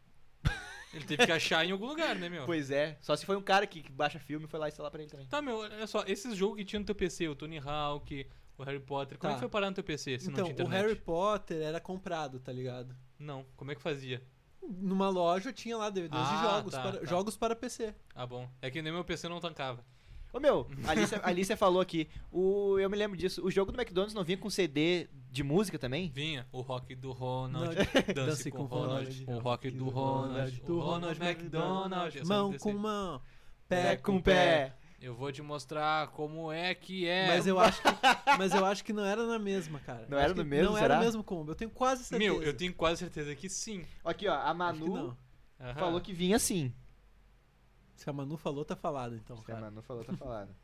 Ele teve que achar em algum lugar, né, meu? Pois é. Só se foi um cara que que baixa filme e foi lá instalar pra ele também. Tá, meu, olha só, esses jogos que tinha no teu PC, o Tony Hawk, o Harry Potter, como Tá. é que foi parar no teu PC se não Então, tinha o internet? Harry Potter era comprado, tá ligado? Não, como é que fazia? Numa loja tinha lá DVDs Ah, de jogos, tá, para, tá. jogos para PC. Ah, bom. É que nem meu PC não tancava. Ô meu, a Alicia, a Alicia falou aqui. O, eu me lembro disso. O jogo do McDonald's não vinha com CD de música também? Vinha o rock do Ronald, dance, Dance com, com Ronald, Ronald, o rock do Ronald, do o Ronald Ronald McDonald. mão Eu com só não mão, pé Né, com... pé. sei. Eu vou te mostrar como é que é. Mas eu, acho que, mas eu acho que não era na mesma, cara. Não Acho era no que mesmo, Não era será? o mesmo combo, eu tenho quase certeza. Meu, eu tenho quase certeza que sim. Aqui, ó. A Acho que Manu não. Aham. falou que vinha assim. sim. Se a Manu falou, tá falado, então, Se a cara. Manu falou, tá falando.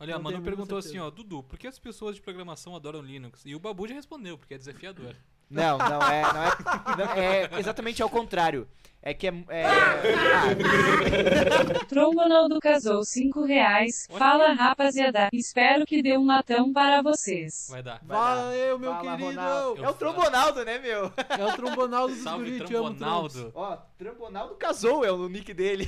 Olha, a Manu Não tenho a mínima perguntou assim, certeza. ó, Dudu, por que as pessoas de programação adoram Linux? E o Babu já respondeu, porque é desafiador. Não, não é. Não é, não- é exatamente ao contrário. É que é. é- ah, Trongonaldo casou 5 reais. Fala rapaziada, espero que dê um latão para vocês. Vai dar. Vai lá. Valeu, meu Vai lá, querido! Ronaldo. Eu é o falo. Trombonaldo, né, meu? É o Trombonaldo dos Salve, Guri, te amo, Trombonaldo. Ó, Trombonaldo casou, é o nick dele.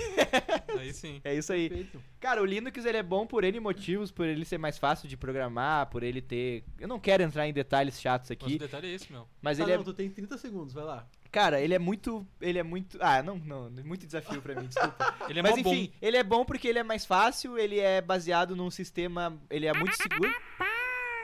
Aí sim. É isso Trombonaldo. aí. Perfeito. Cara, o Linux ele é bom por N motivos, por ele ser mais fácil de programar, por ele ter. Eu não quero entrar em detalhes chatos Mas o aqui, detalhe é esse, meu. mas ah, ele não, é. tu tem 30 segundos, vai lá. Cara, ele é muito. Ele é muito. Ah, não, não. Muito desafio pra mim, desculpa. Ele é mas mó enfim, ele é bom porque ele é mais fácil, ele é baseado num sistema. Ele é muito seguro.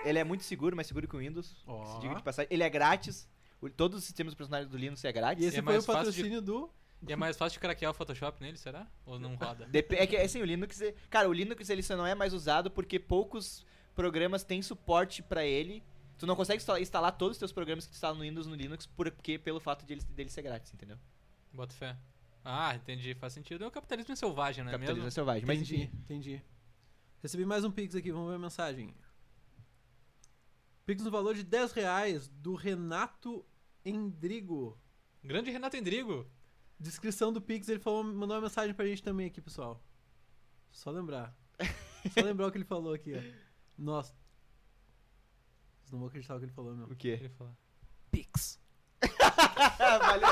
Ele é muito seguro, mais seguro que o Windows. Ó. Se diga de passagem. Ele é grátis. o- Todos os sistemas personagens do Linux é E grátis. esse É foi mais o fácil de- patrocínio do. bom. E é mais fácil de craquear o Photoshop nele, será? Ou não roda? Dep- é que assim, o Linux, é- cara, o Linux ele só não é mais usado porque poucos programas têm suporte pra ele. Tu não consegue insta- instalar todos os teus programas que tu instala no Windows no Linux porque pelo fato de ele, dele ser grátis, entendeu? Bota fé. Ah, entendi. Faz sentido. É o capitalismo selvagem, não é Capitalismo mesmo? selvagem. Mas Entendi, enfim, entendi. Recebi mais um Pix aqui, vamos ver a mensagem. Pix no valor de 10 reais do Renato Endrigo. Grande Renato Endrigo. Descrição do Pix, ele falou, mandou uma mensagem pra gente também aqui, pessoal. Só lembrar. Só lembrar o que ele falou aqui, ó. Nossa. Vocês não vão acreditar o que ele falou, meu. o quê? Ele fala. Pix. Valeu.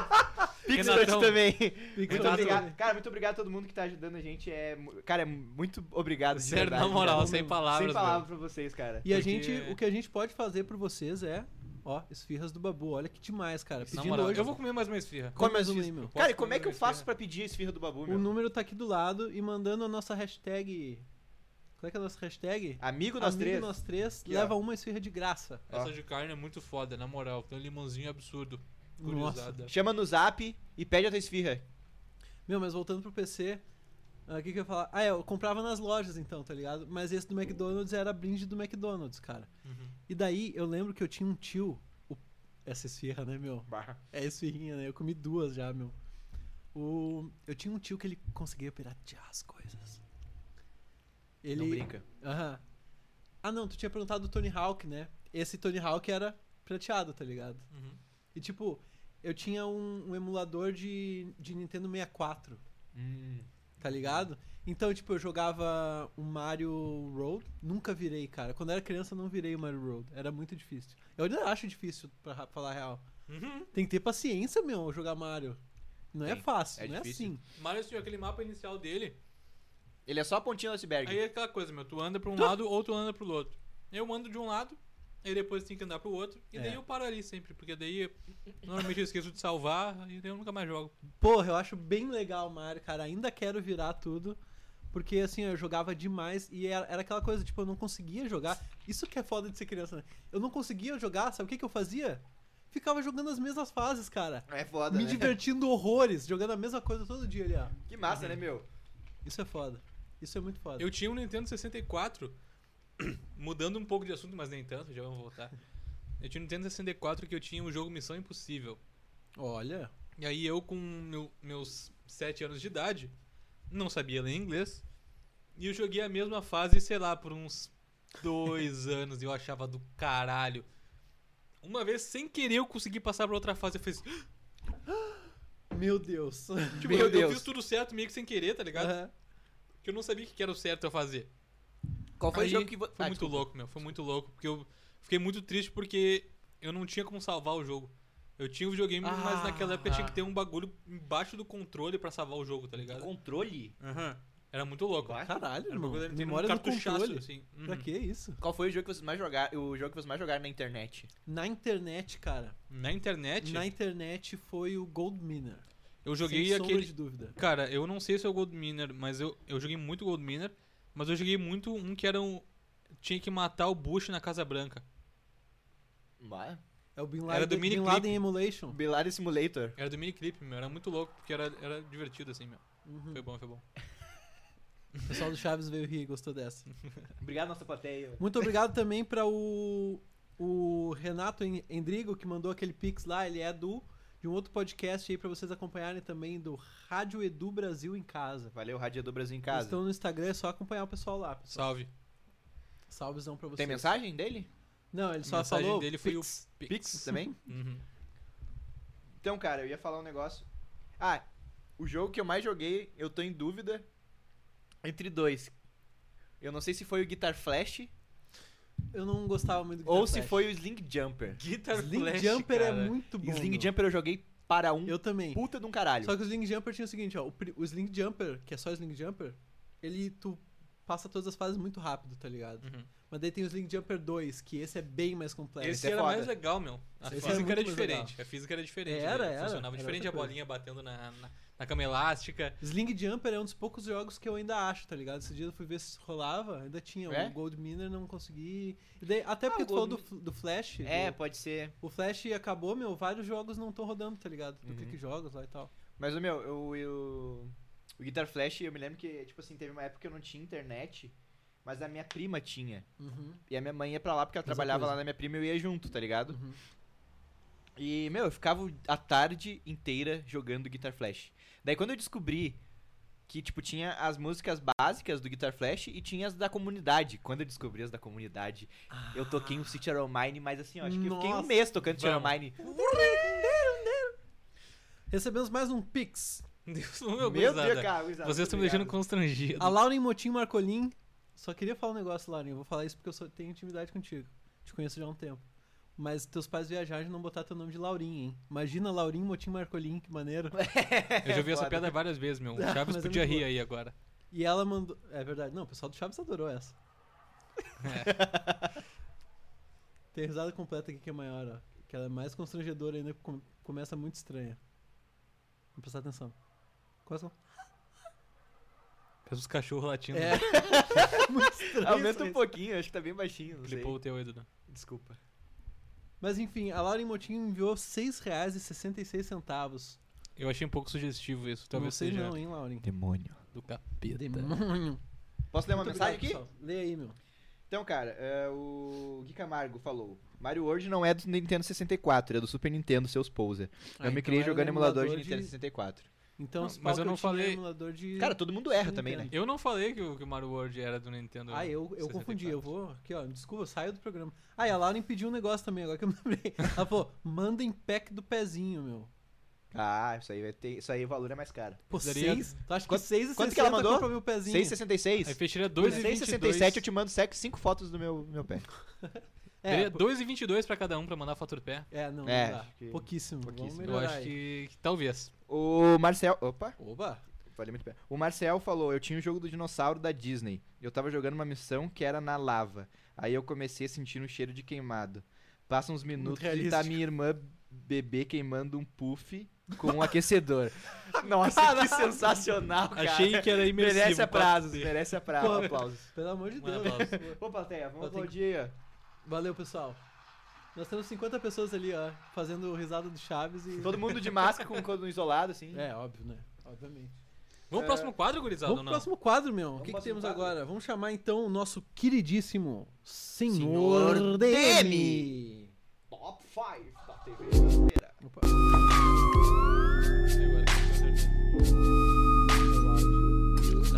Pix pra ti Renatão. também. Pix Muito pra obrigado. você. Cara, muito obrigado a todo mundo que tá ajudando a gente. É, mu- cara, é muito obrigado. de Sério, verdade, na moral, cara. sem Sem palavras. meu. palavras pra vocês, cara. E a Porque- gente, o que a gente pode fazer por vocês é Ó, esfirras do Babu. Olha que demais, cara. Na Pedindo moral, hoje. eu vou comer mais uma esfirra. Come mais um Eu uma fiz- aí, meu. eu posso Cara, e como comer é que eu uma faço esfirra? pra pedir esfirra do babu, O meu? número tá aqui do lado e mandando a nossa hashtag. Qual é que é a nossa hashtag? Amigo nós Amigo três. Nós Três Aqui, ó. leva uma esfirra de graça. Essa de carne é muito foda, na moral. Tem um limãozinho absurdo. Nossa. Gurizada. Chama no zap e pede a tua esfirra. Meu, mas voltando pro PC, ah, o que, que eu ia falar? Ah, é, eu comprava nas lojas então, tá ligado? Mas esse do McDonald's era brinde do McDonald's, cara. Uhum. E daí eu lembro que eu tinha um tio. o- Essa esfirra, né, meu? É esfirrinha, né? Eu comi duas já, meu. O... Eu tinha um tio que ele conseguia piratear as coisas. Ele. Não brinca. Aham. Ah, não, tu tinha perguntado do Tony Hawk, né? Esse Tony Hawk era prateado, tá ligado? Uhum. E tipo, eu tinha um, um emulador de, de Nintendo 64, Hum. tá ligado? Então, tipo, eu jogava o Mario Road, nunca virei, cara. Quando eu era criança, eu não virei o Mario Road, era muito difícil. Eu ainda acho difícil, pra ra- falar a real. Uhum. Tem que ter paciência, meu, jogar Mario. Não é Tem. fácil, É não difícil. é assim. Mario tinha aquele mapa inicial dele. Ele é só a pontinha do iceberg. Aí é aquela coisa, meu. Tu anda pra um Tá. lado ou tu anda pro outro. Eu ando de um lado, aí depois tem que andar pro outro. E daí É. eu paro ali sempre, porque daí normalmente eu esqueço de salvar e daí eu nunca mais jogo. Porra, eu acho bem legal o Mario, cara. Ainda quero virar tudo. Porque, assim, eu jogava demais e era, era aquela coisa, tipo, eu não conseguia jogar. Isso que é foda de ser criança, né? Eu não conseguia jogar, sabe o que, que eu fazia? Ficava jogando as mesmas fases, cara. É foda, Me né? divertindo horrores, jogando a mesma coisa todo dia ali, ó. Que massa, né, meu? Isso é foda. Isso é muito foda. Eu tinha um Nintendo 64, mudando um pouco de assunto, mas nem tanto, já vamos voltar. Eu tinha um Nintendo 64 que eu tinha o jogo Missão Impossível. Olha. E aí eu, com meu- meus 7 anos de idade, não sabia ler inglês. E eu joguei a mesma fase, sei lá, por uns dois anos. E eu achava do caralho. Uma vez, sem querer, eu consegui passar pra outra fase. Eu fiz. Tipo, Meu Uhum. Deus. Meu eu, eu Deus. fiz tudo certo, meio que sem querer, tá ligado? Aham. Porque eu não sabia o que era o certo a fazer. Qual foi Aí, o jogo que Ah, você. Foi muito louco, meu. Foi muito louco. Porque eu fiquei muito triste porque eu não tinha como salvar o jogo. Eu tinha o videogame, mas Ah. naquela época tinha que ter um bagulho embaixo do controle pra salvar o jogo, tá ligado? Controle? Aham. Era muito louco. Vai. Caralho, Era um irmão. bagulho, tem um Memória do cartuchaço, controle. assim. Uhum. Pra que isso? Qual foi o jogo que vocês mais jogaram? O jogo que vocês mais jogaram na internet? Na internet, cara. Na internet, Na internet foi o Goldminer. eu joguei Sem sombra aquele. de dúvida. Cara, eu não sei se é o Goldminer, mas eu, eu joguei muito Goldminer. Mas eu joguei muito um que era um. Tinha que matar o Bush na Casa Branca. Vai. É o Bin Era Laden, do Bin miniclip. Laden Emulation. Bilar Simulator. Era do miniclip, meu. Era muito louco, porque era, era divertido, assim, meu. Uhum. Foi bom, foi bom. O pessoal do Chaves veio rir e gostou dessa. Obrigado, nossa plateia. Muito obrigado também para o, o Renato En- Endrigo, que mandou aquele pix lá. Ele é do de um outro podcast aí para vocês acompanharem também, do Rádio Edu Brasil em Casa. Valeu, Rádio do Brasil em Eles casa. estão no Instagram, é só acompanhar o pessoal lá. pessoal. Salve. Salvezão pra vocês. Tem mensagem dele? Não, ele A só mensagem falou. dele foi pix. o Pix. Pix também? Uhum. Então, cara, eu ia falar um negócio. Ah, o jogo que eu mais joguei, eu tô em dúvida entre dois. Eu não sei se foi o Guitar Flash Eu não gostava muito do ou Guitar se Flash. foi o Sling Jumper. Guitar Sling Flash, Jumper cara. é muito bom. Sling meu. Jumper eu joguei para um Eu também. puta de um caralho. Só que o Sling Jumper tinha o seguinte, ó. O, pri- o Sling Jumper, que é só Sling Jumper, ele tu passa todas as fases muito rápido, tá ligado? Uhum. Mas daí tem o Sling Jumper 2, que esse é bem mais complexo. Esse é era foda. mais legal, meu. A Esse era física muito era, mais diferente. A física era diferente. Era, né? era. Funcionava Era diferente a outra bolinha batendo na, na, na cama elástica. Sling Jumper é um dos poucos jogos que eu ainda acho, tá ligado? Esse dia eu fui ver se rolava, ainda tinha. É? Ah, O Gold Miner não consegui. E daí, até porque o tu falou Gold do, fl- do Flash. É, do- pode ser. o Flash acabou, meu, vários jogos não estão rodando, tá ligado? Do Uhum. Clique Jogos lá e tal. Mas, ô, meu, eu, eu- O Guitar Flash, eu me lembro que, tipo assim, teve uma época que eu não tinha internet, mas a minha prima tinha. Uhum, E a minha mãe ia pra lá porque ela Mesma trabalhava coisa. lá na minha prima e eu ia junto, tá ligado? uhum. E, meu, eu ficava a tarde inteira jogando Guitar Flash. Daí quando eu descobri que, tipo, tinha as músicas básicas do Guitar Flash e tinha as da comunidade. Quando eu descobri as da comunidade, eu toquei um City Arrow Mine, mas assim, ó, acho que eu fiquei um Nossa. mês tocando City Arrow Ah. Vamos. Mine. Recebemos mais um Pix. Deus, meu, meu gurizada. Deus, cara, Tá gurizada, Vocês muito estão me deixando obrigado. constrangido. A Lauren Motim Marcolin. Só queria falar um negócio, Lauren. Eu vou falar isso porque eu só tenho intimidade contigo. Te conheço já há um tempo. Mas teus pais viajaram e não botar teu nome de Laurin, hein? Imagina Laurin Motim Marcolin, que maneiro. Eu já vi essa É Foda. piada várias vezes, meu. O Ah, Chaves É mas é podia muito rir boa. aí agora. E ela mandou. É verdade. Não, o pessoal do Chaves adorou essa. Tem risada completa aqui que é maior, ó. Que ela é mais constrangedora ainda, com- começa muito estranha. Vou prestar atenção. Começa. Faz os cachorros latindo. É. muito estranho. Aumenta isso aí. um pouquinho, acho que tá bem baixinho, não sei. Flipou o teu, Edu. Desculpa. Mas enfim, a Lauren Motinho enviou R$ 6,66. Eu achei um pouco sugestivo isso. Não Talvez sei seja não, hein, Lauren? Demônio. do capeta. Demônio. Posso ler uma Muito mensagem obrigado, aqui? pessoal. Lê aí, meu. Então, cara, é, o Gui Camargo falou: Mario World não é do Nintendo 64, é do Super Nintendo, seus poser. Ah, eu me então criei era um jogando emulador, de emulador de- Nintendo 64. Então, Não, os mas eu pau que não tinha era falei- emulador de... Cara, todo mundo erra também, né? Nintendo. Eu não falei que o, que o Mario World era do Nintendo. né? Ah, eu, eu confundi, 64. eu vou. Aqui, ó, desculpa, eu saio do programa. Ah, e a Lauren pediu um negócio também, agora que eu me lembrei. Ela falou: mandem pack do pezinho, meu. Ah, isso aí vai ter. Isso aí o valor é mais caro. Pô, Precisaria- seis? Tu acha Quanto- que seis e quanto que ela mandou? compra meu pezinho? 6,66? Aí fecharia Por 2,22. 6,67 eu te mando 5 fotos do meu, meu pé. É, Daria pô- 2,22 pra cada um pra mandar a fatura de pé. é, não, É, não dá. acho que- Pouquíssimo. pouquíssimo. Vamos Eu Eu melhorar acho aí. que, que talvez. O Marcel. Opa, Oba! falei muito bem. O Marcel falou: eu tinha o jogo do dinossauro da Disney. Eu tava jogando uma missão que era na lava. Aí eu comecei a sentir um cheiro de queimado. Passa uns minutos e tá realístico. minha irmã bebê queimando um puff com um aquecedor. Nossa, que sensacional, cara. Achei que era imersivo. tá? É. merece pode aplausos, ser. merece apra- Pô. aplausos. Pelo amor de Não é Deus. Ô, plateia, vamos Eu tenho aplaudir. Valeu, pessoal. Nós temos 50 pessoas ali, ó, fazendo risada do Chaves e. Todo mundo de máscara com o isolado, assim. É, óbvio, né? Obviamente. Vamos pro próximo quadro, gurizada, Vamos ou pro Tá, não? próximo quadro, meu. O Vamos que, pro que temos próximo quadro. agora? Vamos chamar então o nosso queridíssimo Senhor, Senhor DM. Top 5 da TV brasileira. Opa.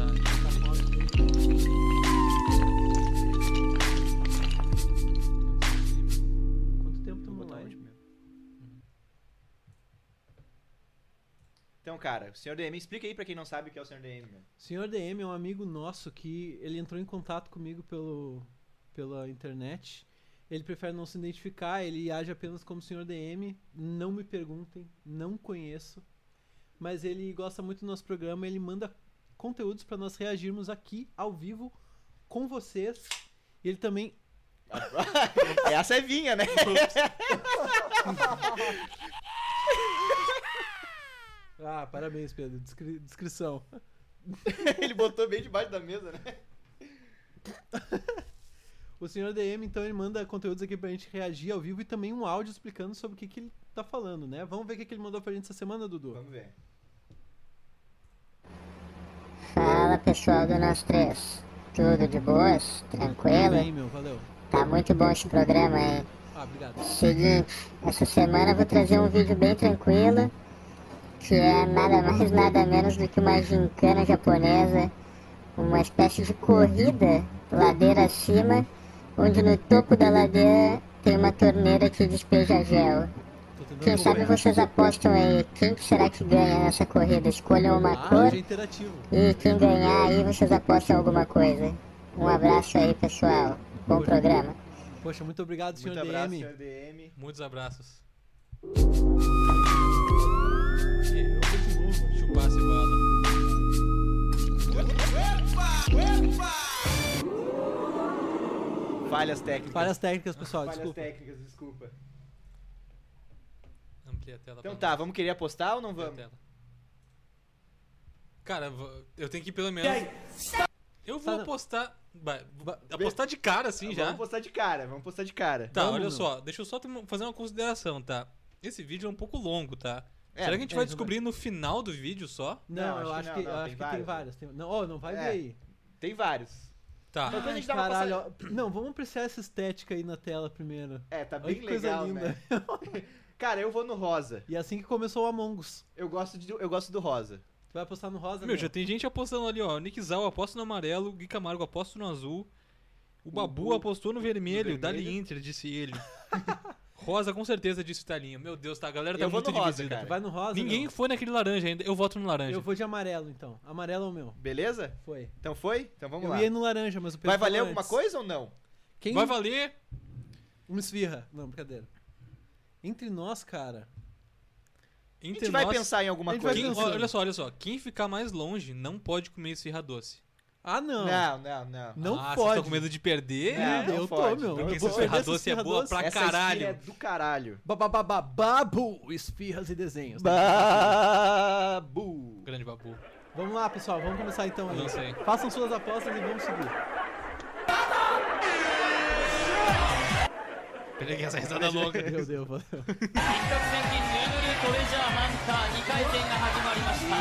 Agora que eu acertei. Tá. Quanto tempo Vou estamos botar online? onde mesmo? Uhum. Então, cara, o senhor DM, explica aí pra quem não sabe o que é o senhor DM. Meu. Senhor DM é um amigo nosso que ele entrou em contato comigo pelo, pela internet. Ele prefere não se identificar, ele age apenas como Senhor DM. Não me perguntem, não conheço. Mas ele gosta muito do nosso programa, ele manda conteúdos para nós reagirmos aqui, ao vivo, com vocês. E Ele também. Essa é vinha, né? Ah, parabéns, Pedro. Descri- descrição. Ele botou bem debaixo da mesa, né? O senhor DM, então, ele manda conteúdos aqui pra gente reagir ao vivo e também um áudio explicando sobre o que, que ele tá falando, né? Vamos ver o que, que ele mandou pra gente essa semana, Dudu. Vamos ver. Fala pessoal do Nós Três, tudo de boas? Tudo Tranquilo? bem, meu, valeu. Tá muito bom esse programa, hein? Ah, obrigado. Seguinte, essa semana eu vou trazer um vídeo bem tranquilo, que é nada mais nada menos do que uma gincana japonesa, uma espécie de corrida ladeira acima, onde no topo da ladeira tem uma torneira que despeja gel. Tô tentando Quem sabe acompanhar. vocês apostam aí, quem que será que ganha nessa corrida? Escolham uma Ah, cor hoje é interativo. e quem ganhar aí vocês apostam alguma coisa. Um abraço aí, pessoal. Bom programa. Poxa, muito obrigado, senhor Muito abraço, DM. senhor DM. Muitos abraços. Então Muito bom, Chupar a cebada. Falhas técnicas. mano. Falhas técnicas, pessoal, Falhas desculpa. técnicas, desculpa. Amplia a tela. Então pra tá, nós. vamos querer apostar ou não Amplia a vamos? Tá, tela. Cara, eu vou- eu tenho que pelo menos... Eu Tá, vou não. apostar... Vai, vou apostar de cara, assim, já. Vamos apostar de cara, vamos apostar de cara. Tá, Vamos, olha meu. só, deixa eu só ter uma- fazer uma consideração, tá? Esse vídeo é um pouco longo, tá? É, Será que a gente é, vai não descobrir no final do vídeo só? Não, eu acho que, não, eu não, acho tem que tem várias. várias. tem- Não, ó, não vai É. ver aí. Tem vários. Tá. Depois a Ai, gente dá uma caralho, ó. Não, vamos apreciar essa estética aí na tela primeiro. É, tá Olha bem que coisa legal, linda. né? Cara, eu vou no rosa. E é assim que começou o Among Us. Eu gosto, de, eu gosto do rosa. Tu vai apostar no rosa, Meu, né? já tá. tem gente apostando ali, ó. Nick Zal aposta no amarelo, Gui Camargo aposta no azul, o Babu Bu- apostou no vermelho, vermelho. Dali Inter, disse ele. Rosa com certeza disse Italinha. Meu Deus, tá, a galera tá Eu vou muito no rosa, dividida. cara. Vai no rosa, Ninguém meu? foi naquele laranja ainda. Eu voto no laranja. Eu vou de amarelo, então. Amarelo é o meu. Beleza? Foi. Então foi? Então vamos eu lá. ia no laranja, mas o Pedro Vai valer falou alguma antes. coisa ou não? Quem Vai valer. uma esfirra. Não, brincadeira. Entre nós, cara. A Entre gente vai nós, pensar em alguma A gente vai coisa. quem- pensando. olha só, olha só. Quem ficar mais longe não pode comer esfirra doce. Ah, não. Não, não, não. É. Não ah, vocês pode. tão com medo de perder? Não, eu tô, pode. meu. Porque Eu esse vou perder espirrador esses se é boa espirradores. pra Essa caralho. esfirra é do caralho. Ba- ba- ba- ba- Babu, espirras e desenhos. tá Babu. Grande babu. Vamos lá, pessoal, vamos começar então aí. Não sei. Façam suas apostas e vamos seguir. Peguei essa risada é louca. Meu Deus, valeu. 特選金ヌードルトレジャーハンター2回戦が始まりました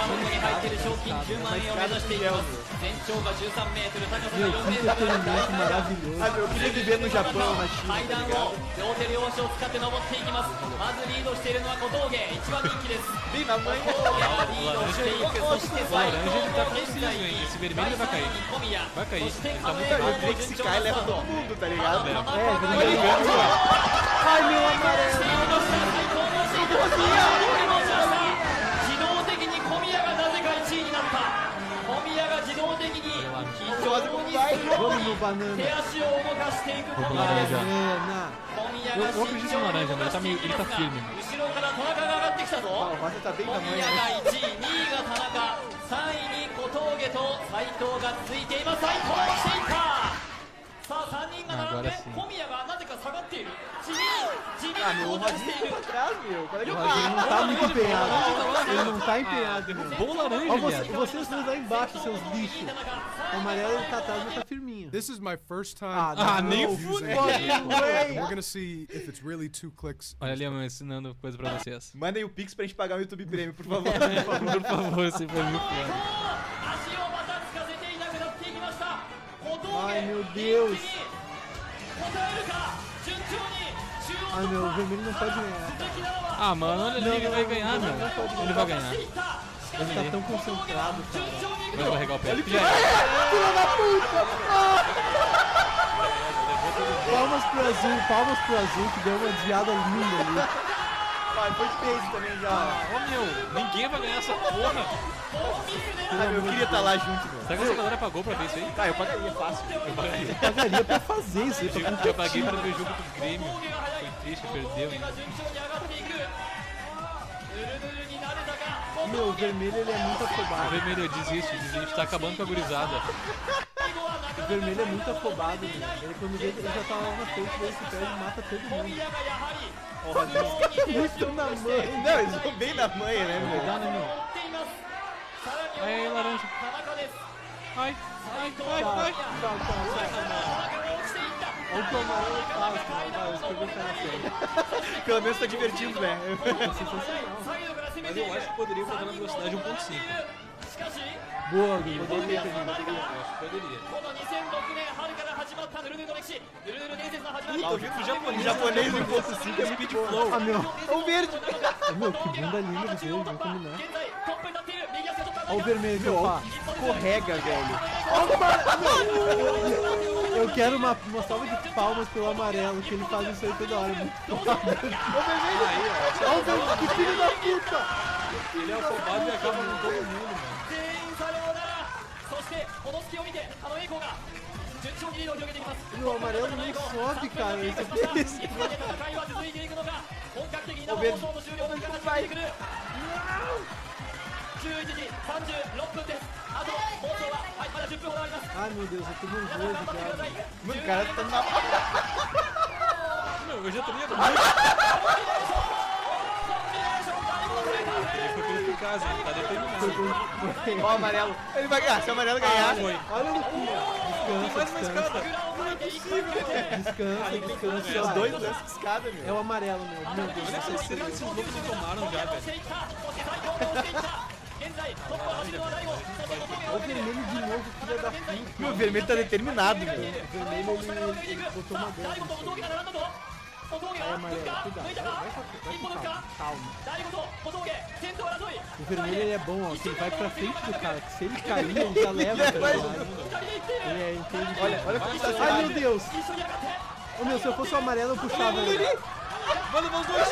宝物に入ってる賞金10万円を目指していきます全長が13メートル高さが Meu, que 4メートル entretenimento maravilhoso. Ah, meu, eu queria viver no Japão, na China, 階 tá 段を ligado? 両手両足を使って登っていきますまずリードしているのは小峠一番人気です Bem na mãe. Olha, lindo, gente, Olha, você O vai laranja ele tá preciso, hein? Esse vermelho ele vai cair. Vai cair. Ele tá muito Não, rápido. ele tem que se cair leva todo mundo, tá ligado? É, Olha ele, verdade. cara. Ai, meu 最高のシートを取り戻しました自動的 amarelo. に小宮がなぜか1位になった小宮が自動的に非常にスロー Vamos に no banana. 手足を動かしていく小宮 Banana. 小宮 Eu- が eu acredito 慎 no 重に laranja, 動 mas tá かしてい meio- き ele ま tá すが firme, 後ろから田中が上がってきたぞ Ah, o Roger tá bem 小 na mãe, 宮が né? 1位、2位が田中、3位に小峠と斉藤がついています。斉藤がしていった。さあ、3人があこ並んでれはすごい、小宮がなぜか下がっている。地味、地味 Ah, に meu, o 後退 Roger して tá いる pra。trás, meu. Qual é que O é? Roger não tá muito empenhado. Ele não tá Ah, empenhado. meu. derrubou o laranja, Ó, você- viado. vocês dois lá embaixo, seus lixos. O amarelo ele tá atrás, mas tá firminho. This is my first Ah, time no using fucking using way. it. We're gonna see if it's really two clicks. Olha ali, eu ensinando coisa pra vocês. Mandem o Pix pra gente pagar o YouTube Prêmio, por favor. Por favor, esse foi muito Ai, foda. 小 meu 峠 Deus. 一気に答えるか順調に中央 Ai, meu, o vermelho não pode ganhar. Suzuki ならば Ah, mano, olha ali, ele vai ganhar, meu. Ele vai ganhar. Ele Ele tá tão concentrado, cara. Vai escorregar o pé. Já Palmas pro azul, palmas pro azul, que deu uma desviada linda ali. Vai, foi de base também já. Ô meu, ninguém vai ganhar essa porra. Ah, meu, eu queria estar lá junto, meu. Será que essa galera pagou pra ver isso aí? Tá, eu pagaria fácil. é Eu paguei. Pagaria pra fazer isso aí, pra Eu, eu paguei pra ver o jogo do Grêmio. Foi triste, perdeu. hein? 順調に上がっていくぬるぬるになれたか Meu, o vermelho ele é muito O afobado. vermelho desiste, desiste, tá acabando com a gurizada. O vermelho é muito afobado, velho. Ele quando vê, ele já tá lá na frente, daí se perde e mata todo mundo. é Muito na mãe. Não, eles vão bem na manha, né, meu? Dá, né, meu? Aí, laranja. Ai, ai, ai, ai. Tchau, tchau, tchau. Olha o que o amarelo faz, cara. Vai, os que eu vou ficar na frente. Pelo menos tá divertido, velho. Mas eu acho que poderia botar na velocidade 1.5. Boa, Guilherme. Poderia ter Eu vindo. acho que poderia. この2006年春から始まったぬるぬるの歴史ぬるぬる伝説の始まり Tá ouvindo o japonês, japonês em ponto 5 é muito bom. Ah, meu. É o verde. Meu, que bunda linda dos dois, vamos combinar. 現在トップに立っている右足を取った田 Olha o 中 vermelho, meu, ó. Escorrega, velho. Eu quero uma, uma salva de palmas pelo amarelo, que ele faz isso aí toda hora. Muito foda. Olha o vermelho, que filho da puta. Ele é afobado e acaba com todo mundo, mano. 全員さようならそしてこの隙を見て狩野英孝が順調にリードを広げていきます Meu, o amarelo não sobe, cara. Isso aqui é isso. いつまで戦いは続いていくのか本格的な放ベル送の終了の時間が近づいてくる11時36分ですあと放送は、はい、まだ10分ほどあります Ai, Ah, meu Deus, eu tô nervoso, cara. Mano, o cara tá na. Meu, eu já teria muito. Ele foi pelo Picasa, ele tá determinado. Ó, o amarelo. Ele vai ganhar. Se o amarelo ganhar. Foi. Olha no cu. Mais uma Descansa, descansa. escada. Descansa, descansa. Os vai. dois né? lances de escada, É meu. o amarelo, meu. Meu Deus. Olha a terceira que esses loucos tomaram já, velho. 現在トップを走るのは大悟そして小峠 O vermelho de novo, filho da puta. Meu, o vermelho tá determinado, meu. O vermelho, ele, ele botou uma 大悟 bomba. と小峠が並んだぞ小峠が Aí, 抜い amarelo, たか cuidado. 抜いた Vai com- vai com calma. か一歩抜くか Calma. 大悟と小峠先頭争い O vermelho, ele é bom, ó. Que ele vai pra frente do cara. Que se ele cair, ele já leva. Tá ligado? 2人で行っている ele é, entende? Olha, olha como tá Ai, meu Deus. 一緒に上がって Ô, meu, se eu fosse o amarelo, eu puxava. ele. Vai levar os dois.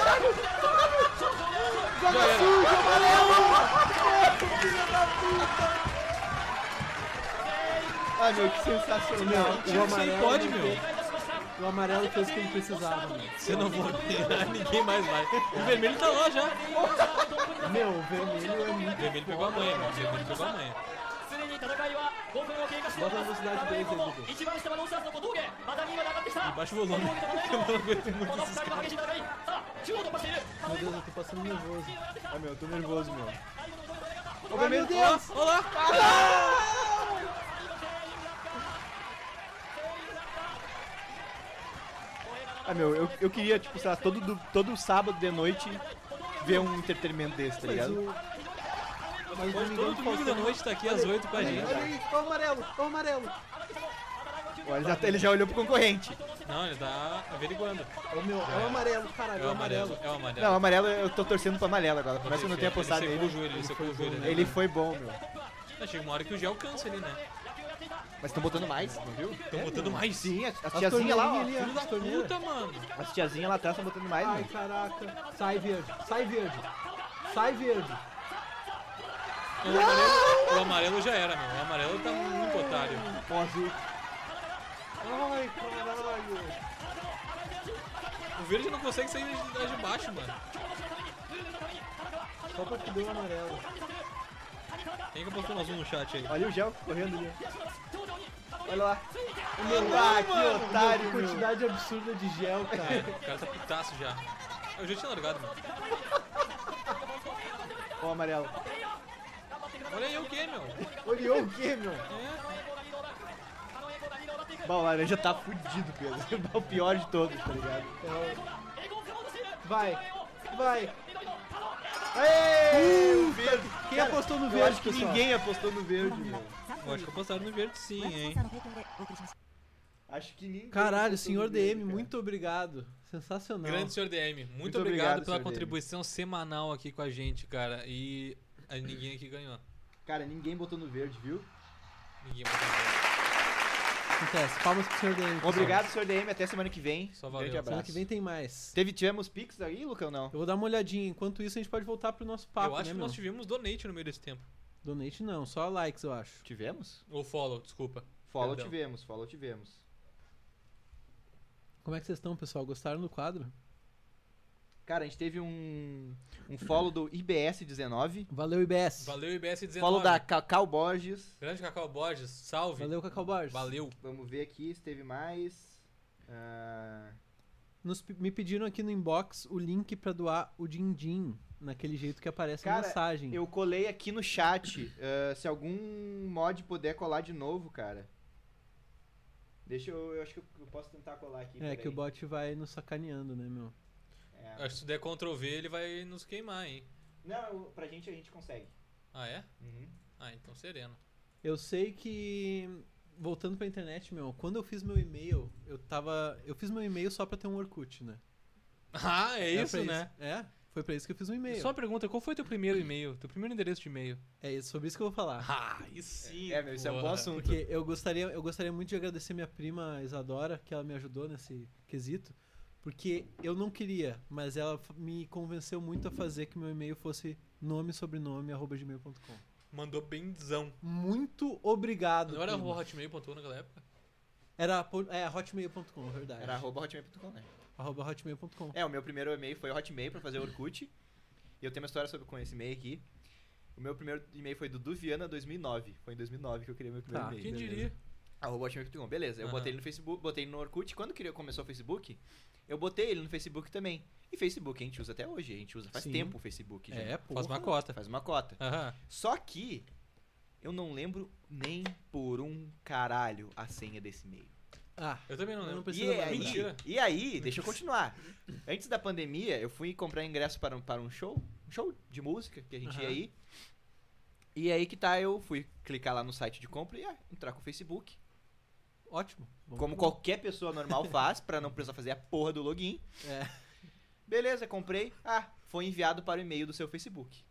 Ah, meu, que é sensacional. O Isso aí amarelo, pode, meu. o amarelo fez o que ele precisava. Meu, Você não vou ninguém mais vai. O vermelho tá lá já. meu o vermelho é muito... O vermelho pegou a manha, mano. O vermelho pegou a manha. 常に戦いは5分を経過しておりますまだ同じ田上大事もです一番下はロンシャーズの小峠また2まで上がってきた Baixa o volume. 小峠と 田上もこの2人の激しい戦 Tá, いさあ中央突破している田上 Meu Deus, eu tô passando nervoso. Ah, meu, eu tô nervoso, meu. Ô, Ai, meu Deus! Olha lá! Ah, meu, eu, eu queria, tipo, sei lá, todo, do- todo sábado de noite ver um entretenimento desse, tá Mas ligado? o... Mas o Domingão Todo do domingo da Faustão- noite tá aqui às 8 com a Olha gente. aí, olha o amarelo, olha o amarelo. Ó, Ele já, ele já olhou pro concorrente. Não, ele tá averiguando. Olha o meu, olha o amarelo, caralho, É o amarelo, é o amarelo. Não, amarelo, eu tô torcendo pra amarelo agora. Parece que eu não tenho apostado Ele secou o nele. joelho, ele secou o joelho. né? Ele foi bom, meu. Ah, Chega uma hora que o gel cansa ali, né? Mas estão botando mais, não viu? Tão botando mais. um. Sim, as, as As tiazinhas lá, ó. torneirinhas ali, ó, as torneiras. Puta, mano. As tiazinhas lá atrás estão botando mais, Ai, meu. caraca. Sai verde, sai verde. Sai verde. O amarelo, o amarelo já era, meu. O amarelo tá muito otário. Com azul. Ai, caralho. O verde não consegue sair de- de baixo, mano. Só porque deu o amarelo. Quem é que apostou no azul no chat aí? Olha o gel correndo ali. Olha lá. O meu Ah, ah, que otário, meu. quantidade absurda de gel, É, cara. o cara tá putaço já. Eu já tinha largado, mano. Ó, o amarelo. Olha aí o que, meu? Olhou o quê, meu? Bah, o laranja tá fudido, Pedro. Bah, O pior de todos, tá ligado? Vai, vai. Aê! o verde. Quem apostou no Eu verde, acho que pessoal? ninguém apostou no verde, meu. Eu acho que apostaram no verde sim, hein? Acho que ninguém. Caralho, apostou no senhor verde, DM, cara. muito obrigado. Sensacional. Grande senhor DM, muito, Muito obrigado, obrigado, pela senhor contribuição semanal aqui com a gente, cara. E a- ninguém aqui ganhou. Cara, ninguém botou no verde, viu? Ninguém botou. Acontece. Palmas pro senhor DM. pessoal. Obrigado, senhor DM. Até semana que vem. Só valeu. Grande Semana abraço. que vem tem mais. Teve, tivemos Pix aí, Lucão? Não. Eu vou dar uma olhadinha. Enquanto isso, a gente pode voltar pro nosso papo, Eu acho né, que meu? nós tivemos donate no meio desse tempo. Donate não, só likes, eu acho. Tivemos? Ou follow, desculpa. Follow Perdão. tivemos, follow tivemos. Como é que vocês estão, pessoal? Gostaram do quadro? Cara, a gente teve um, um follow do IBS19, Valeu, IBS. Valeu, IBS19. follow da Cacau Borges. Grande Cacau Borges, salve. Valeu, Cacau Borges. Valeu. Vamos ver aqui se teve mais. Ah, Nos, pe- me pediram aqui no inbox o link pra doar o din-din, naquele jeito que aparece a Cara, mensagem. eu colei aqui no chat. ah, se algum mod puder colar de novo, cara. Deixa eu. Eu acho que eu- eu posso tentar colar aqui. É, peraí. que o bot vai nos sacaneando, né, meu? É. Acho que se der Ctrl V, ele vai nos queimar, hein? Não, pra gente a gente consegue. Ah, é? Uhum. Ah, então sereno. Eu sei que. Voltando pra internet, meu, quando eu fiz meu e-mail, eu tava. Eu fiz meu e-mail só pra ter um Orkut, né? Ah, é Era isso, pra né? É, foi pra isso que eu fiz um e-mail. Só uma pergunta, qual foi teu primeiro e-mail? Teu primeiro endereço de e-mail? É isso, sobre isso que eu vou falar. Ah, isso sim. É, meu, isso é um bom porra. assunto. Porque eu gostaria, eu gostaria muito de agradecer minha prima Isadora, que ela me ajudou nesse quesito. Porque eu não queria, mas ela f- me convenceu muito a fazer que meu e-mail fosse nome, sobrenome, arroba gmail.com. Mandou benzão. Muito obrigado. Não era prima. hotmail.com naquela época? Era po- é, hotmail.com, na verdade. Era arroba hotmail.com, né? Arroba hotmail.com. É, o meu primeiro e-mail foi Hotmail pra fazer o Orkut. E eu tenho uma história sobre com esse e-mail aqui. O meu primeiro e-mail foi do Duviana 2009. Foi em 2009 que eu criei meu primeiro Tá, e-mail. Ah, Quem beleza. diria? Arroba hotmail.com, beleza. Eu Aham. botei ele no Facebook, botei ele no Orkut. Quando queria começou o Facebook, eu botei ele no Facebook também. E Facebook a gente usa até hoje, a gente usa faz Sim. tempo o Facebook, já. É, pô. Faz uma cota. Faz uma cota. Aham. Só que eu não lembro nem por um caralho a senha desse e-mail. Ah, Eu também não Eu não lembro. preciso E mais aí, Mentira. e aí, deixa eu continuar. Antes da pandemia, eu fui comprar ingresso para um, para um show, um show de música que a gente ia Aham. ir. E aí que tá, eu fui clicar lá no site de compra e ah, entrar com o Facebook. ótimo. Vamos como pro- qualquer pessoa normal faz, pra não precisar fazer a porra do login. É. Beleza, comprei. Ah, foi enviado para o e-mail do seu Facebook.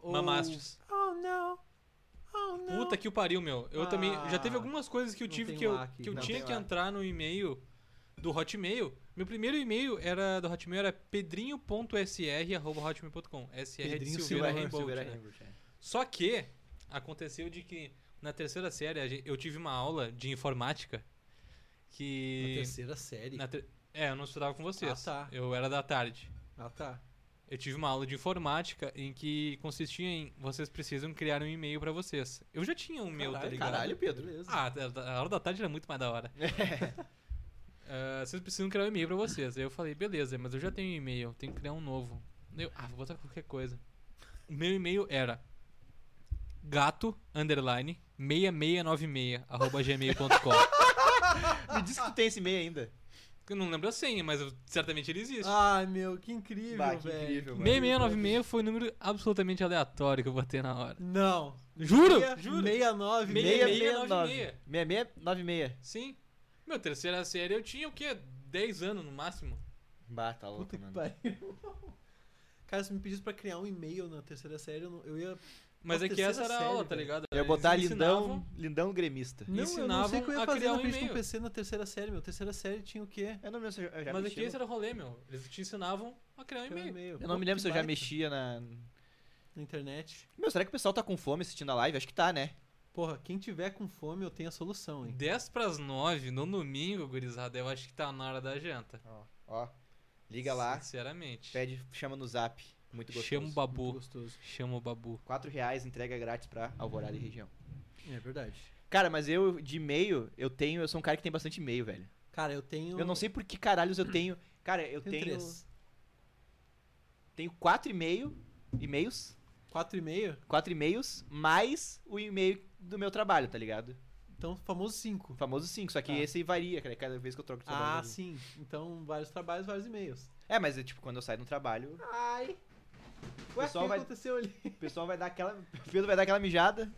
Ou- Mamastes. Oh, não. Oh, não. Puta que o pariu, meu. Eu também. Já teve Ah, algumas coisas que eu não tive tem que eu, lá aqui. que eu Não tinha tem que lá. entrar no e-mail do Hotmail. Meu primeiro e-mail era do Hotmail era pedrinho.sr@hotmail.com. SR de Pedrinho Silveira Silva Rainbolt, Silveira né? Reinbolt, é. Só que aconteceu de que na terceira série a gen- eu tive uma aula de informática Na que terceira série. na ter- é, eu não estudava com vocês. Ah, tá. Eu era da tarde. Ah, tá. Eu tive uma aula de informática em que consistia em vocês precisam criar um e-mail pra vocês. Eu já tinha um meu, tá ligado? Caralho, Pedro. Beleza. Ah, a a hora da tarde era muito mais da hora. É. Ah, vocês precisam criar um e-mail pra vocês. Aí eu falei, beleza, mas eu já tenho um e-mail, tenho que criar um novo. Eu, ah, vou botar qualquer coisa. O meu e-mail era gato, underline, 6696, arroba gmail.com. Me diz que tu tem esse e-mail ainda. Eu não lembro a senha, mas eu- certamente ele existe. Ai, meu, que incrível, Bah, que velho. incrível, mano. 6696 foi um número absolutamente aleatório que eu botei na hora. Não. Juro? Meia- Juro. 69. Meia- meia- 6696. 6696. 6696. Sim. Meu, terceira série eu tinha o quê? 10 anos no máximo. Bah, tá louco, Puta que mano. pariu. Cara, se me pedisse pra criar um e-mail na terceira série, eu, não- eu ia. Mas Pô, é que terceira essa era a série, aula, tá velho. ligado? Eu ia botar Eles lindão, ensinavam- lindão gremista. Não, eu não sei o que eu Ensinavam a ia fazer criar na um frente de um e-mail. PC na terceira série, meu. Terceira série tinha o quê? Eu não me lembro se eu já, eu já Mas mexi. um aqui esse era o rolê, meu. Eles te ensinavam a criar um Criar um e-mail. e-mail. Eu não Pô, me lembro que se eu já baita. mexia na. Na internet. Meu, será que o pessoal tá com fome assistindo a live? Acho que tá, né? Porra, quem tiver com fome, eu tenho a solução, hein? 10 pras 9, no domingo, gurizada, eu acho que tá na hora da janta. Ó, ó. Liga lá, Sinceramente. pede, chama no zap. Muito gostoso. Chama o Muito babu. gostoso. Chama o babu. 4 reais, entrega grátis pra Alvorada e região. É verdade. Cara, mas eu, de e-mail, eu tenho. Eu sou um cara que tem bastante e-mail, velho. Cara, eu tenho. Eu não sei por que caralhos eu tenho. Cara, eu Tenho tenho. três. Tenho 4 e-mail. E-mails. Quatro e meio? Quatro e-mails, mais o e-mail do meu trabalho, tá ligado? Então, famoso O cinco. famoso 5, só que Tá. esse varia, cara, cada vez que eu troco de trabalho. Ah, sim. Então, vários trabalhos, vários e-mails. É, mas é tipo, quando eu saio do trabalho, Ai. Ué, o que Pessoal vai- aconteceu ali? o pessoal vai dar aquela. O Pedro vai dar aquela mijada.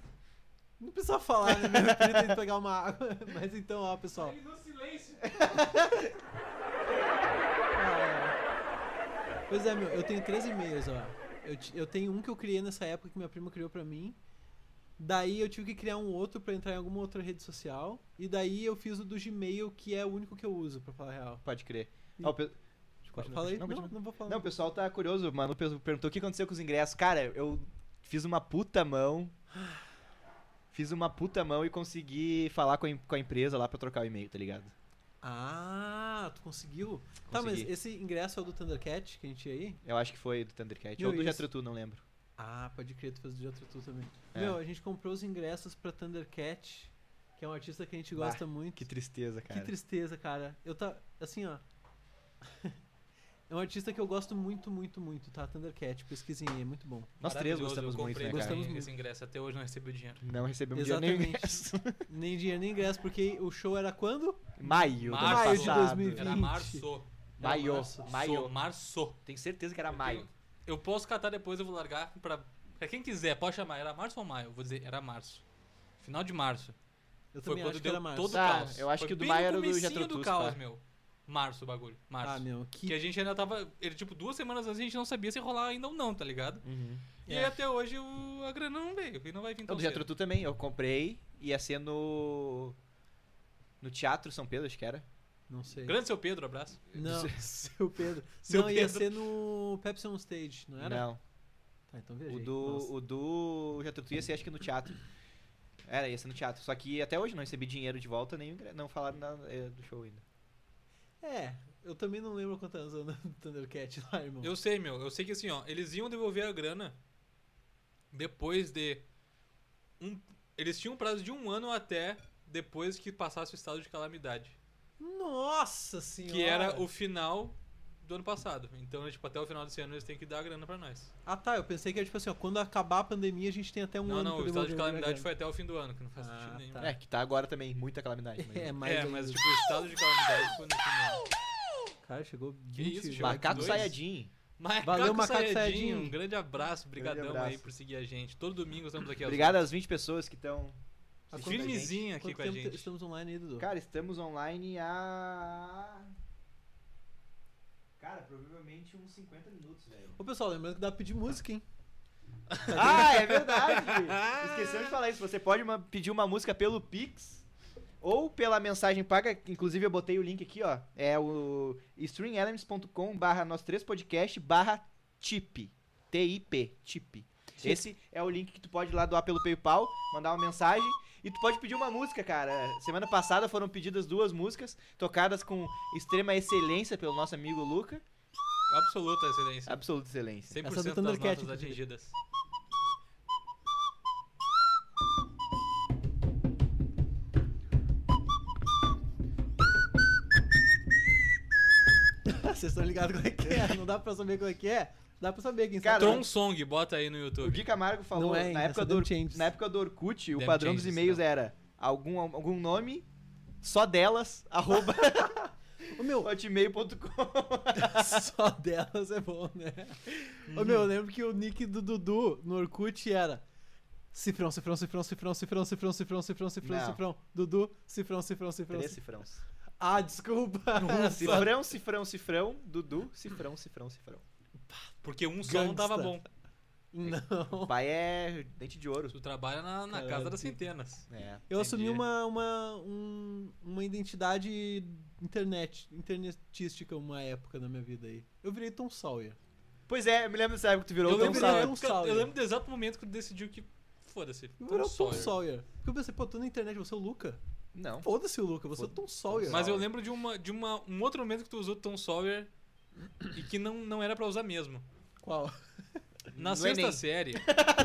Não precisa falar, né? Mesmo que ele tem que pegar uma água. Mas então, ó, pessoal. No silêncio. Ah, Pois é, meu, eu tenho três e-mails, ó. Eu, ti- eu tenho um que eu criei nessa época que minha prima criou pra mim. Daí eu tive que criar um outro pra entrar em alguma outra rede social. E daí eu fiz o do Gmail, que é o único que eu uso, pra falar a real. Pode crer. Ih. Ó, o pe- Continua, Fala aí. Não, continua, não, continua. vou falar. Não, o pessoal tá curioso, mano. O pessoal perguntou o que aconteceu com os ingressos. Cara, eu fiz uma puta mão. Fiz uma puta mão e consegui falar com a, em- com a empresa lá pra trocar o e-mail, tá ligado? Ah, tu conseguiu? Tá, mas Consegui. esse ingresso é o do Thundercat que a gente ia aí? Eu acho que foi do Thundercat. Meu, Ou do isso. Getro Tu, não lembro. Ah, pode crer, tu fez o de outro tu também. É. Meu, a gente comprou os ingressos pra Thundercat, que é um artista que a gente gosta muito. Que tristeza, Que cara. tristeza, cara. Eu tá. Assim, ó. é um artista que eu gosto muito, muito, muito, tá? Thundercat, pesquisem aí, é muito bom. Nós três gostamos muito, né, cara? Gostamos muito. esse ingresso, até hoje não recebi o dinheiro. Não recebemos dinheiro nenhum Exatamente. ingresso. Nem dinheiro, nem ingresso, porque o show era quando? Maio, do ano Maio de passado. 2020. Era março. Era Maio, março. maio. Sou março. Tenho certeza que era Eu maio. tenho- Eu posso catar depois, eu vou largar pra... Pra quem quiser, pode chamar. Era março ou maio? Eu Vou dizer, era março. Final de março. Eu Foi também quando acho que deu era março. todo o Tá, caos. eu acho Foi que o do bem no Maia era do tá? comecinho Jethro do Tull, caos, pá. meu. Março o bagulho, março. Ah, meu, que. Que a gente ainda tava. Ele, tipo, duas semanas antes a gente não sabia se ia rolar ainda ou não, tá ligado? Uhum. E É. aí até hoje o, a grana não veio. E não vai vir Então, tão do cedo. Getro Tu também. Eu comprei, ia ser no. No Teatro São Pedro, acho que era. Não sei. Grande seu Pedro, abraço. Não, seu Pedro. Seu não, ia Pedro. ser no Pepsi on Stage, não era? Não. Tá, então veja. O aí. do, Nossa. o do Getro Tu ia ser, acho que no teatro. Era, ia ser no teatro. Só que até hoje não recebi dinheiro de volta, nem o ingre- não falaram nada, eh, do show ainda. É, eu também não lembro quantos anos eu ando no Thundercat lá, irmão. Eu sei, meu. Eu sei que assim, ó, eles iam devolver a grana depois de. Um, eles tinham um prazo de um ano até depois que passasse o estado de calamidade. Nossa senhora! Que era o final do ano passado. Então, tipo, até o final desse ano eles têm que dar a grana pra nós. Ah tá, eu pensei que era tipo assim, ó, quando acabar a pandemia a gente tem até um não, ano não, pra o estado de devolver, né, calamidade foi cara? até o fim do ano, que não faz Ah, sentido nenhum. tá. É, que tá agora também, muita calamidade. mas- É, mais É, ou mas menos. tipo, o estado de calamidade foi no final. Cara, chegou 20 isso, likes. João? Macaco Dois? Sayajin. Macaco Valeu, Macaco Sayajin, Sayajin. Um grande abraço, brigadão Grande abraço. aí por seguir a gente. Todo domingo estamos é aqui. ó. Obrigado às 20 pessoas que estão. Há quanto- Firmezinho aqui quanto com a tempo te- gente. Estamos online aí, Dudu. Cara, estamos online há. Cara, provavelmente uns 50 minutos, velho. Ô pessoal, lembrando que dá pra pedir música, hein? Ah, é verdade! Esqueceu de falar isso. Você pode ma- pedir uma música pelo Pix ou pela mensagem paga. Inclusive, eu botei o link aqui, ó. É o streamelements.com barra nós três podcast barra tip. T-I-P, tip. Esse é o link que tu pode ir lá doar pelo PayPal, mandar uma mensagem. E tu pode pedir uma música, cara. Semana passada foram pedidas duas músicas, tocadas com extrema excelência pelo nosso amigo Luca. Absoluta excelência. Absoluta excelência. 100% Essa do das Thundercat, notas inclusive. atingidas. Vocês estão ligados como é que é? Não dá pra saber como é que é? Dá pra saber quem Cara, sabe. Tron Song, bota aí no O YouTube. Gui Camargo falou, Não é, hein? na, época Essa do, Dem Changes. tá. na época do Orkut, o Dem padrão dos Changes, e-mails não. era algum, algum nome, só delas, arroba O meu, hotmail.com. só delas é bom, né? Ô Uhum. meu, eu lembro que o nick do Dudu no Orkut era Cifrão, cifrão, cifrão, cifrão, cifrão, cifrão, cifrão, cifrão, cifrão, Não. cifrão. Dudu, cifrão, cifrão, cifrão. Três cifrão. cifrões. Ah, desculpa. Só- Cifrão, cifrão, cifrão, Dudu, cifrão, cifrão, cifrão. Porque um só não tava bom. Gangsta. Não. O pai é dente de ouro. Tu trabalha na, na Caralho, casa das que- centenas. É. Eu assumi Entendi. uma, uma, um- uma identidade internet, internetística uma época da minha vida aí. Eu virei Tom Sawyer. Pois é, eu me lembro dessa época que tu virou Eu o Tom lembro, da Sauer. Tom época- Sawyer. eu lembro do exato momento que tu decidiu que. Foda-se. Eu Tom virei o Tom Sawyer. Sawyer. Porque eu pensei, pô, tô na internet, você é o Luca? Não. Foda-se o Luca, você é o Tom Sawyer. Mas eu Sawyer. lembro de, uma, de uma, um outro momento que tu usou Tom Sawyer e que não, não era pra usar mesmo. Qual? Na No sexta Enem. série,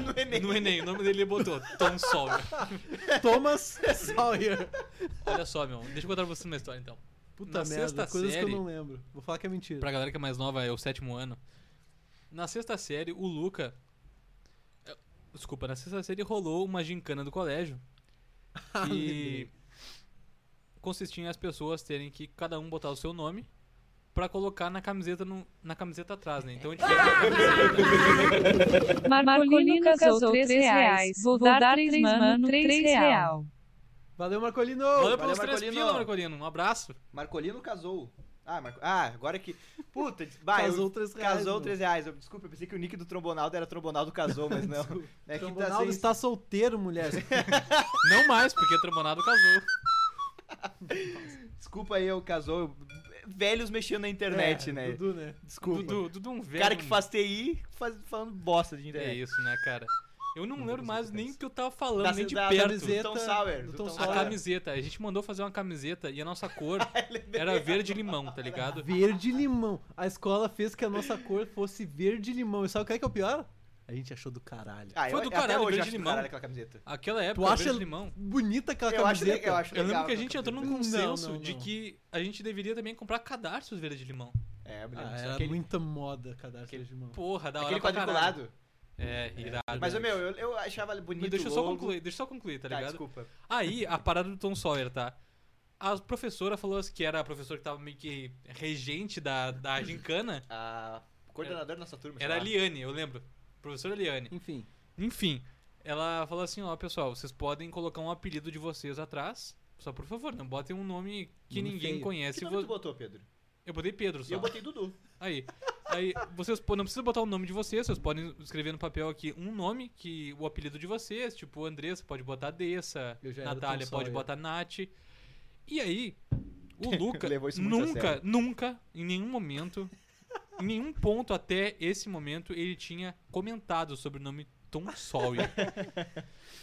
no Enem. no Enem, o nome dele botou Tom Sawyer. Thomas Sawyer. Olha só, meu. Deixa eu contar pra vocês uma história então. Puta Na merda, sexta coisas que série- eu não lembro. Vou falar que é mentira. Pra galera que é mais nova, é o sétimo ano. Na sexta série, o Luca. eh, Desculpa, na sexta série rolou uma gincana do colégio. Ah, E. lembrei. consistia em as pessoas terem que cada um botar o seu nome pra colocar na camiseta no- na camiseta atrás, né? Então a gente Marcolino casou 3 reais. Vou dar 3 mano, 3 real. Valeu, Marcolino! Valeu pelos três Marcolino. pila, Marcolino. Um abraço. Marcolino casou. Ah, Marco... ah, agora que. Puta, des- bah, Casou eu- três reais, Casou meu. 3 reais. Eu- Desculpa, eu pensei que o nick do Trombonaldo era Trombonaldo casou, mas não. É que tá Então, Ronaldo sem... está solteiro, mulher. Não mais, porque Trombonado casou. Desculpa aí, eu casou. Velhos mexendo na internet, É, né? Dudu, né? Desculpa. Dudu, Dudu é um velho. Cara que faz TI faz- falando bosta de É internet. isso, né, cara? Eu não, lembro mais nem o que eu tava falando, Da- nem de da perto. camiseta. Tom Sawyer, Do do Tom Tom A Sawyer. Sawyer. camiseta. A gente mandou fazer uma camiseta e a nossa cor é era verde e limão, tá ligado? Verde limão. A escola fez que a nossa cor fosse verde limão. E sabe o que é, que é o pior? A gente achou do caralho. Ah, Foi eu, do até caralho, hoje verde eu acho do limão. caralho aquela camiseta. Aquela época, Tu acha verde e limão. bonita aquela Eu acho, camiseta? le- eu acho Eu lembro legal que a aquela gente entrou num Não, consenso não, não. de que a gente deveria também comprar cadarços verde de limão. camiseta. É, eu me lembro Ah, disso. era aquele, muita moda cadastro Aquele- de mão. Porra, da hora aquele pra caralho. quadriculado. É, irado. Mas, ô, meu, eu, eu achava bonito. Mas deixa eu o só logo. concluir, deixa eu só concluir, tá Tá, ligado? desculpa. Aí, a parada do Tom Sawyer, tá? A professora falou assim que era a professora que tava meio que regente da, da gincana. A coordenadora da nossa turma. sei Era a lá. Liane, eu lembro. Professora Liane. Enfim, Enfim, ela falou assim, ó, pessoal, vocês podem colocar um apelido de vocês atrás. Só por favor, não botem um nome que Nome ninguém feio. conhece. Que nome Vo- tu botou, Pedro? Eu botei Pedro só. Eu botei Dudu. Aí. Aí, vocês po- não precisam botar o nome de vocês, vocês podem escrever no papel aqui um nome, que o apelido de vocês, tipo Andressa pode botar Dessa, Eu já era Natália Tom pode Sawyer. botar Nath. E aí, o Luca Levou isso muito a nunca, sério. nunca, em nenhum momento, em nenhum ponto até esse momento, ele tinha comentado sobre o nome Tom Sawyer.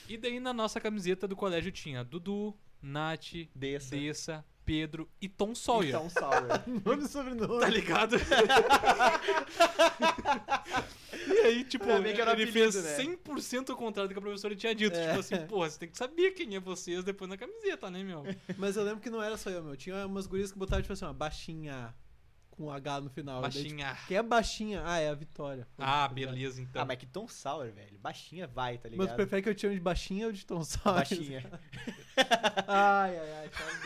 e daí na nossa camiseta do colégio tinha Dudu, Nath, Dessa. Dessa, Pedro e Tom Sawyer. Então, Sawyer. nome e sobrenome. Tá ligado? e aí, tipo, Ainda bem que era ele apelido, fez né? 100% o contrário do que a professora tinha dito. É. Tipo assim, porra, você tem que saber quem é vocês depois na camiseta, né, meu? Mas eu lembro que não era só eu, meu. Tinha umas gurias que botaram, tipo assim, uma baixinha com H no final. Daí, tipo, Baixinha. Quem é baixinha? Ah, é a Vitória. Ah, Tá ligado? beleza, então. Ah, mas que Tom Sauer, velho. Baixinha vai, tá Mas ligado? tu prefere que eu te chame de baixinha ou de Tom Sawyer? Baixinha. Ai, ai, ai. Tá me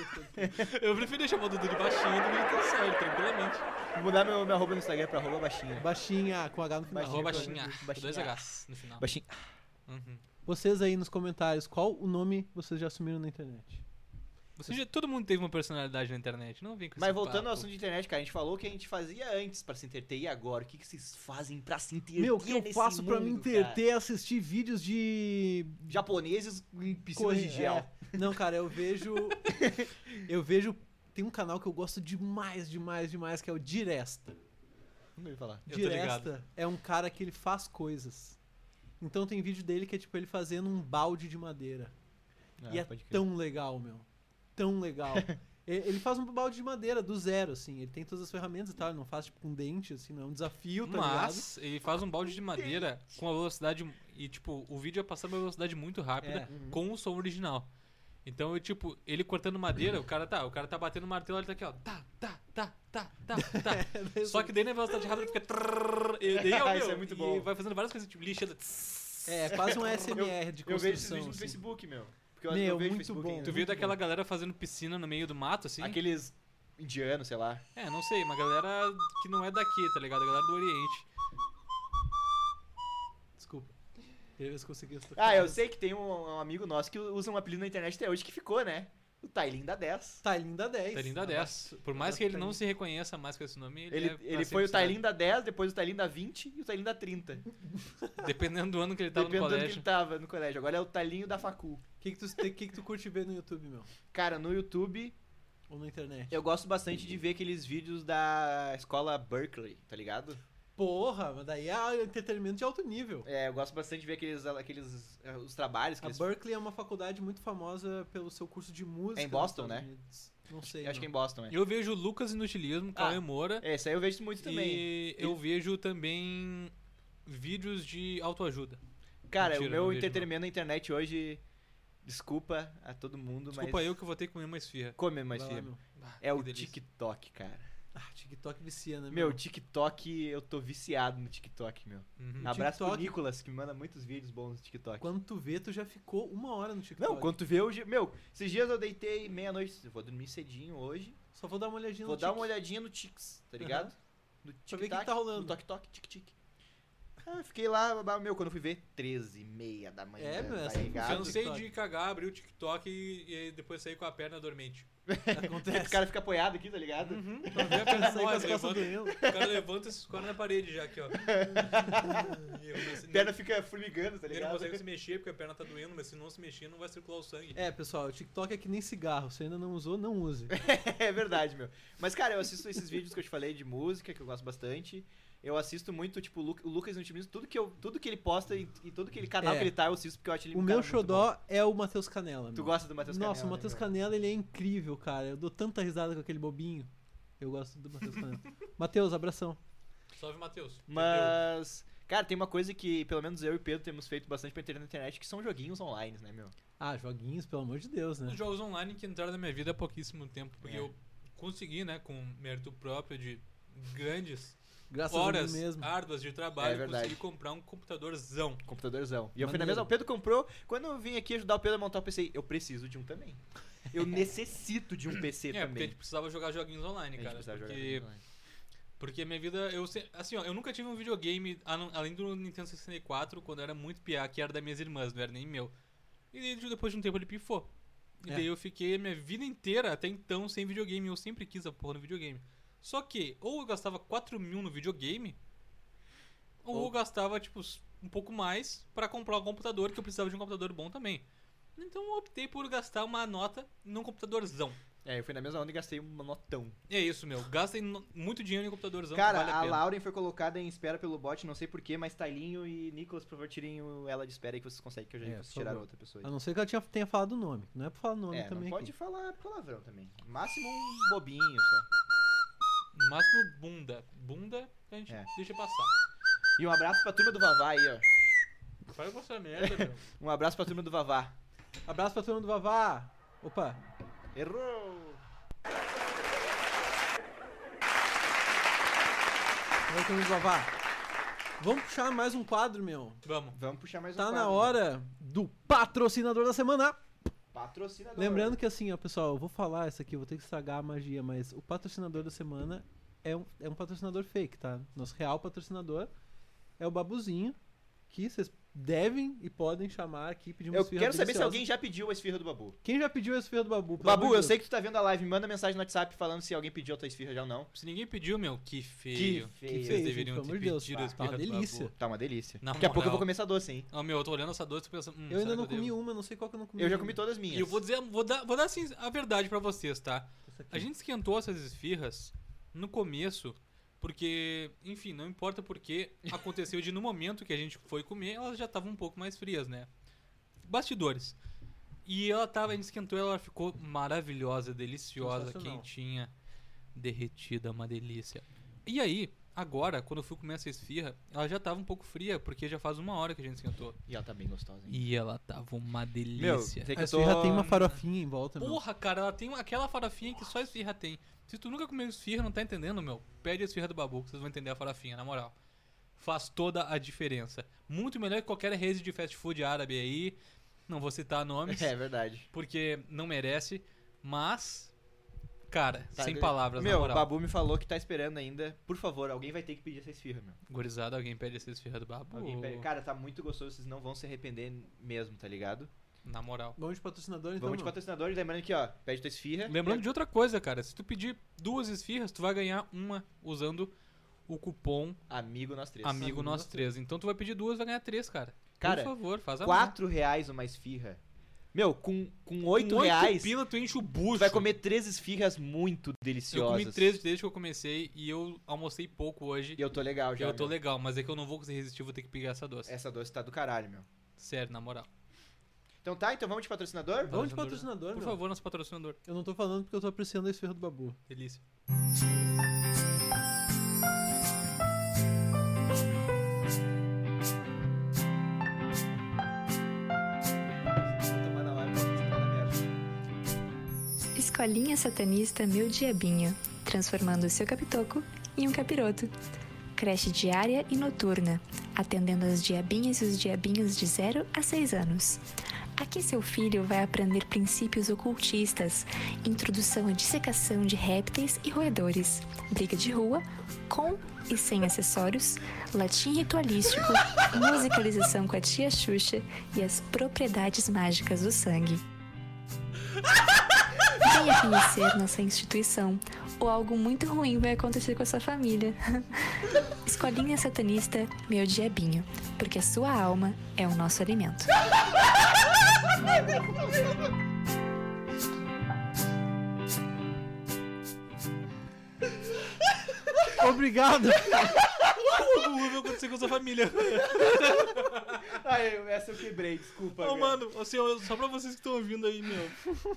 defendendo. Eu preferia chamar o Dudu de baixinho do que de sério, tranquilamente. Vou mudar meu, meu arroba no Instagram pra arroba baixinha. baixinha, com H no final. Baixinha, Arroba pelo baixinha. amor de Deus, Dois baixinha. Hs no final. Baixinha. Uhum. Vocês aí nos comentários, qual o nome vocês já assumiram na internet? Você já- todo mundo teve uma personalidade na internet, não vem com Mas esse voltando ao papo. assunto de internet, cara, a gente falou o que a gente fazia antes pra se entreter e agora. O que, que vocês fazem pra se entreter? Meu, o que eu nesse faço pra me mundo, interter é assistir vídeos de. cara? Japoneses em piscinas de correr- gel. é. Não, cara, eu vejo. eu vejo. Tem um canal que eu gosto demais, demais, demais, que é o Diresta. Não ia falar. Eu tô ligado. Diresta é um cara que ele faz coisas. Então tem vídeo dele que é tipo ele fazendo um balde de madeira. Ah, e é pode crer. tão legal, meu. Tão legal. E- Ele faz um balde de madeira do zero, assim. Ele tem todas as ferramentas e tal. Ele não faz, tipo, com dente, assim. Não é um desafio, tá ligado? Mas ele faz um balde de madeira com a velocidade. E, tipo, o vídeo é passando uma velocidade muito rápida É. Uhum. com o som original. Então, eu, tipo, ele cortando madeira, o cara tá, o cara tá batendo o martelo, ele tá aqui, ó. Tá, tá, tá, tá, tá, tá. Só que daí na velocidade rápida ele fica. trrr, E daí, ó, É Isso meu, é muito e bom. vai fazendo várias coisas, tipo, lixando. É, quase um SMR de Eu vejo esses construção. vídeos no assim. Facebook, meu. Porque Meu, eu vejo muito Facebook né? bom. ainda. Tu viu daquela galera fazendo piscina no meio do mato, assim? Aqueles indianos, sei lá. É, não sei, uma galera que não é daqui, tá ligado? A galera do Oriente. Desculpa. Eu consegui estocar. Ah, eu sei que tem um, um amigo nosso que usa um apelido na internet até hoje que ficou, né? O Tailin da 10. Tá linda 10. Tá é lindo a 10. Por mais que ele não se reconheça mais com esse nome, ele tá Ele, é pra ele sempre foi o né? citado. Tailin da 10, depois o Tailin da 20 e o Tailin da 30. Dependendo do ano que ele tava Dependendo no do que ele colégio. tava no colégio. Agora é o Tailinho da Facu. O que, que, tu, que, que tu curte ver no YouTube, meu? Cara, no YouTube, Ou na internet? eu gosto bastante de ver aqueles vídeos da escola Berkeley, tá ligado? Porra, mas daí é entretenimento de alto nível. É, eu gosto bastante de ver aqueles, aqueles eh, os trabalhos que A eles Berkeley é uma faculdade muito famosa pelo seu curso de música. É em Boston, nos Estados né? Unidos. Não sei. Eu acho que é em não. Boston, é. Eu vejo Lucas Inutilismo, Cauê Moura. É, isso aí eu vejo muito também. E eu vejo também vídeos de autoajuda. Cara, Mentira, o meu não vejo, entretenimento na internet hoje, desculpa a todo mundo, Desculpa mas... eu que vou ter que comer uma esfirra. Come mais Vai lá, firme. meu. Ah, É o que delícia. TikTok, cara. Ah, TikTok viciana, né, Meu, TikTok, eu tô viciado no TikTok, meu. Uhum. Abraço pro TikTok- Nicolas, que me manda muitos vídeos bons no TikTok. Quando tu vê, tu já ficou uma hora no TikTok. Não, quando tu vê hoje. Meu, esses dias eu deitei meia-noite. eu Vou dormir cedinho hoje. Só vou dar uma olhadinha Vou no dar Tik- uma olhadinha no Tix, tá ligado? No Pra ver o que tic-tac, tá rolando. No toque-toque, tic-tic. Ah, fiquei lá, bah, meu, quando eu fui ver, 13 e meia da manhã. É, meu, tá essa ligado? funciona. Cansei TikTok. de cagar, abrir o TikTok e, e depois sair com a perna dormente. Acontece. O cara fica apoiado aqui, tá ligado? Uhum. Pra ver a perna Sai com as mole, costas levanta- doendo. O cara levanta e se escorre na parede já aqui, ó. E eu, mas se A não- perna fica formigando, tá Ele não ligado? consegue se mexer porque a perna tá doendo, mas se não se mexer, não vai circular o sangue. É, pessoal, o TikTok é que nem cigarro. Se ainda não usou, não use. É verdade, meu. Mas, cara, eu assisto esses vídeos que eu te falei de música, que eu gosto bastante. Eu assisto muito, tipo, o Lu- o Lucas no time, tudo que, eu, tudo que ele posta e, e todo aquele canal É. que ele tá, eu assisto porque eu acho ele O um meu cara muito bom. xodó é o Matheus Canela. Tu meu. gosta do Matheus Canela? Nossa, o né, Matheus meu? Canela, ele é incrível, cara. Eu dou tanta risada com aquele bobinho. Eu gosto do Matheus Canela. Matheus, abração. Salve, Matheus. Mas, cara, tem uma coisa que pelo menos eu e o Pedro temos feito bastante pra internet na internet, que são joguinhos online, né, meu? Ah, joguinhos, pelo amor de Deus, né? Os jogos online que entraram na minha vida há pouquíssimo tempo, porque É. eu consegui, né, com mérito próprio de grandes Graças a horas Deus mesmo. árduas de Tá É trabalho, verdade. consegui comprar um computadorzão. Computadorzão. E eu fui na Maneiro. mesa, o Pedro comprou. Quando eu vim aqui ajudar o Pedro a montar o PC, eu preciso de um também. Eu necessito de um PC é, porque a também. gente precisava jogar joguinhos online, A gente cara. precisava jogar porque, joguinho online. porque a minha vida, eu se- assim, ó, eu nunca tive um videogame, a não- além do Nintendo 64, quando eu era muito piá, que era das minhas irmãs, não era nem meu. E daí, depois de um tempo ele pifou. E É. daí eu fiquei a minha vida inteira, até então, sem videogame. Eu sempre quis a porra no videogame. Só que, ou eu gastava 4 mil no videogame, ou, eu gastava, tipo, s- um pouco mais pra comprar um computador, que eu precisava de um computador bom também. Então eu optei por gastar uma nota num computadorzão. É, eu fui na mesma onda e gastei um notão. E é isso, meu. Gastem no- muito dinheiro em computadorzão. que Cara, vale a, a, pena. Lauren foi colocada em espera pelo bot, não sei porquê, mas Tailinho e Nicolas, por favor, tirem o- ela de espera aí que vocês conseguem, que eu já É, ia por tirar favor. outra pessoa. aí. A não ser que ela tinha- tenha falado o nome. Não é pra falar nome É, não também. pode aqui. falar palavrão também. Máximo um bobinho só. Máximo bunda. Bunda a gente É. deixa passar. E um abraço pra turma do Vavá aí, ó. Para com essa merda, meu. Um abraço pra turma do Vavá. Abraço pra turma do Vavá. Opa, Errou! vai turma do Vavá. Vamos puxar mais um quadro, meu. Vamos. Vamos puxar mais um Tá na quadro. hora do patrocinador da semana. Patrocinador. Lembrando que assim, ó, pessoal, eu vou falar isso aqui, eu vou ter que estragar a magia, mas o patrocinador da semana é um, é um patrocinador fake, tá? Nosso real patrocinador é o Babuzinho, que vocês devem e podem chamar aqui, pedir uma Eu esfirra quero saber se deliciosa. alguém já pediu a esfirra do Babu. Quem já pediu a esfirra do Babu? Pelo Babu, amor de eu Deus. sei que tu tá vendo a live, me manda mensagem no WhatsApp falando se alguém pediu a tua esfirra já ou não. Se ninguém pediu, meu, que feio. Que feio. que Vocês fez, gente, deveriam pelo ter amor de Deus. pedido Tá, as tá uma pirras do delícia. Babu. Tá uma delícia. Na Daqui a pouco eu moral. vou começar doce, hein? Ó, meu, eu tô olhando essa doce e pensando. Hum, Eu ainda será não que comi devo? uma, não sei qual que eu não comi. Eu já ainda. comi todas as minhas. E eu vou dizer, vou dar, vou dar assim, a verdade pra vocês, tá? Essa aqui. A gente esquentou essas esfirras no começo, porque, enfim, não importa porque aconteceu de no momento que a gente foi comer, elas já estavam um pouco mais frias, né? Bastidores. E ela tava, a gente esquentou ela, ela ficou maravilhosa, deliciosa, Sensacional. quentinha, derretida, uma delícia. E aí, agora, quando eu fui comer essa esfirra, ela já tava um pouco fria, porque já faz uma hora que a gente esquentou. E ela tá bem gostosa, hein? E ela tava uma Meu, delícia. sei que A eu tô... esfirra tem uma farofinha em volta, meu. Porra, cara, ela tem aquela farofinha que só esfirra tem. Se tu nunca comeu esfirra, não tá entendendo, meu. Pede a esfirra do babu, que vocês vão entender a farofinha, na moral. Faz toda a diferença. Muito melhor que qualquer rede de fast food árabe aí. Não vou citar nomes, É verdade. porque não merece. Mas, cara, Tá, sem de- palavras, na Meu, o moral. Babu me falou que tá esperando ainda. Por favor, alguém vai ter que pedir essa esfirra, meu. Gorizada, alguém pede essa esfirra do babu. Alguém pede. Cara, tá muito gostoso, vocês não vão se arrepender mesmo, tá ligado? Na moral. Vamos de patrocinador, então. Vamos de meu. patrocinadores, lembrando que, ó, pede tua esfirra. Lembrando de outra coisa, cara. Se tu pedir duas esfirras, tu vai ganhar uma usando o cupom Amigo nós três. Amigo, Amigo nós Nós três. Então tu vai pedir duas, vai ganhar três, cara. Cara, Por favor, faz a mão. Quatro reais uma esfirra. Meu, com, com oito Com oito reais, pila, tu enche o tu bucho. vai comer três esfirras muito Eu deliciosas. comi três desde que eu comecei e eu almocei pouco hoje. E eu tô legal já, eu tô meu. legal, mas é que eu não vou conseguir resistir, vou ter que pegar essa doce. Essa doce tá do caralho, meu. Sério, na moral. Então tá, então vamos de patrocinador? Vamos de Por patrocinador, meu. favor, nosso patrocinador. Eu não tô falando porque eu tô apreciando a esfirra do babu. Delícia. Tomar na hora, tá na merda. Escolinha Satanista Meu Diabinho, transformando o seu capitoco em um capiroto. Creche diária e noturna, atendendo as diabinhas e os diabinhos de 0 a 6 anos. Aqui seu filho vai aprender princípios ocultistas, introdução à dissecação de répteis e roedores, briga de rua, com e sem acessórios, latim ritualístico, musicalização com a tia Xuxa e as propriedades mágicas do sangue. Venha é conhecer nossa instituição, ou algo muito ruim vai acontecer com a sua família. Escolinha Satanista, meu diabinho, porque a sua alma é o nosso alimento. Obrigado! O meu aconteceu com a sua família. Ai, eu- essa eu quebrei, desculpa. Ô, cara. mano, assim, ó, só pra vocês que estão ouvindo aí, meu.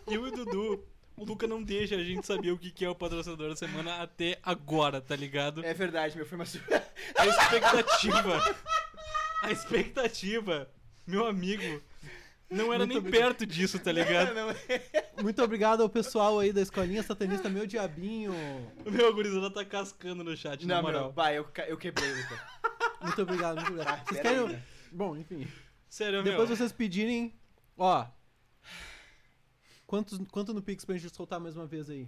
Eu e o Dudu, o Luca não deixa a gente saber o que que é o patrocinador da semana até agora, tá ligado? É verdade, meu, foi uma sur- A expectativa. A expectativa, meu amigo, não era nem perto disso, tá ligado? Não, Muito obrigado ao pessoal aí da escolinha satanista Meu Diabinho. Meu gurizada tá cascando no chat, na não, moral. meu, vai, eu, ca- eu quebrei, Luca. Muito obrigado, muito obrigado. pera Vocês querem. aí, né? Bom, enfim. Sério, Depois meu. vocês pedirem. Ó. Quantos, quanto no Pix pra gente soltar mais uma vez aí?